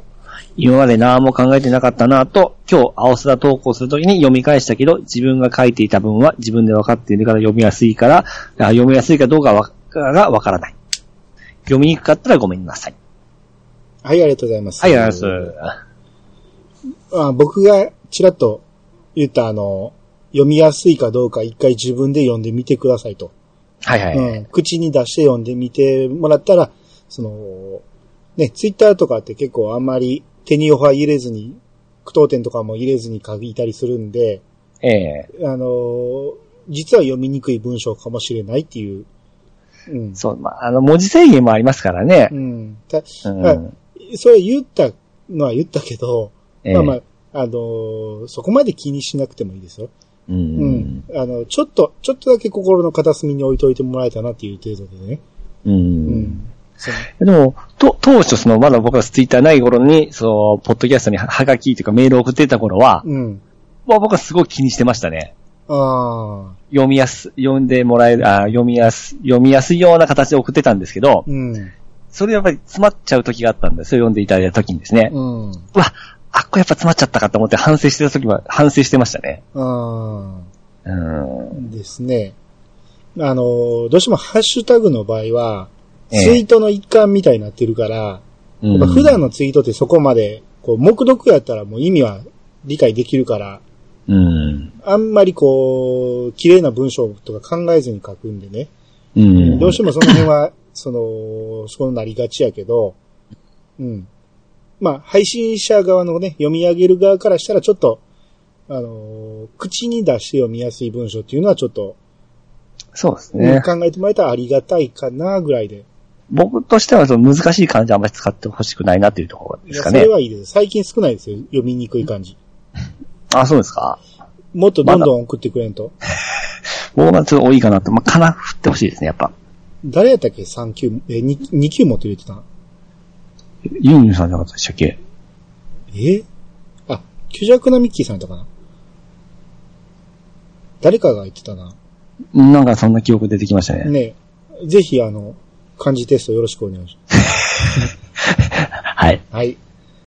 B: 今まで何も考えてなかったなと、今日、青空投稿するときに読み返したけど、自分が書いていた文は自分で分かっているから読みやすいから、あ読みやすいかどうかわが分からない。読みにくかったらごめんなさい。
A: はい、ありがとうございます。
B: はい、ありがとうございます。
A: あ僕がちらっと言ったあの、読みやすいかどうか一回自分で読んでみてくださいと。
B: はいはい。
A: うん、口に出して読んでみてもらったら、その、ね、ツイッターとかって結構あんまり手にオファー入れずに、句読点とかも入れずに書いたりするんで、
B: ええ
A: あのー実は読みにくい文章かもしれないっていう。うん。
B: そう、まあ、あの、文字制限もありますからね
A: う。ん。た
B: うん。
A: はいそれ言ったのは言ったけど、
B: ええ
A: まあまあ、あのーそこまで気にしなくてもいいですよ。
B: う
A: うんん。。あの、ちょっと、ちょっとだけ心の片隅に置いといてもらえたなっていう程度でね。
B: う。
A: うんん。その
B: でも、と、当初、その、まだ僕がツイッターない頃に、その、ポッドキャストにははがきというかメールを送ってた頃は、
A: うん。
B: まあ僕はすごく気にしてましたね。
A: ああ、
B: 読みやす、読んでもらえる、あ読みやす、読みやすいような形で送ってたんですけど、
A: うん。
B: それやっぱり詰まっちゃう時があったんで、それ読んでいただいた時にですね、
A: うん。
B: うわ、あっこやっぱ詰まっちゃったかと思って反省してた時は、反省してましたね。
A: ああ、
B: うん。
A: ですね。あの、どうしてもハッシュタグの場合は、
B: ええ
A: ツイートの一環みたいになってるから、やっぱ普段のツイートってそこまで、こう、目読やったらもう意味は理解できるから、
B: うん。
A: あんまりこう、綺麗な文章とか考えずに書くんでね。
B: うん。
A: どうしてもその辺は、 その、そうなりがちやけど、うん。まあ、配信者側のね、読み上げる側からしたらちょっと、あのー、口に出して読みやすい文章っていうのはちょっと、
B: そうですね。
A: 考えてもらえたらありがたいかな、ぐらいで。
B: 僕としてはその難しい漢字あんまり使ってほしくないなっていうところですか
A: いや
B: ね
A: それ。はいいです。最近少ないですよ。読みにくい感じ。
B: あ、そうですか。
A: もっとどんどん送ってくれんと。
B: 僕はちょっと多いかなと。まあ、かな振ってほしいですね、やっぱ。
A: 誰やったっけ ?3 級、え、2, 2級もって言ってた
B: ユンユンさんじゃなかったでしたっけ
A: えあ、虚弱なミッキーさんやったかな誰かが言ってたな。
B: なんかそんな記憶出てきましたね。
A: ねえぜひあの、漢字テストよろしくお願いしま
B: はい。
A: す。はい。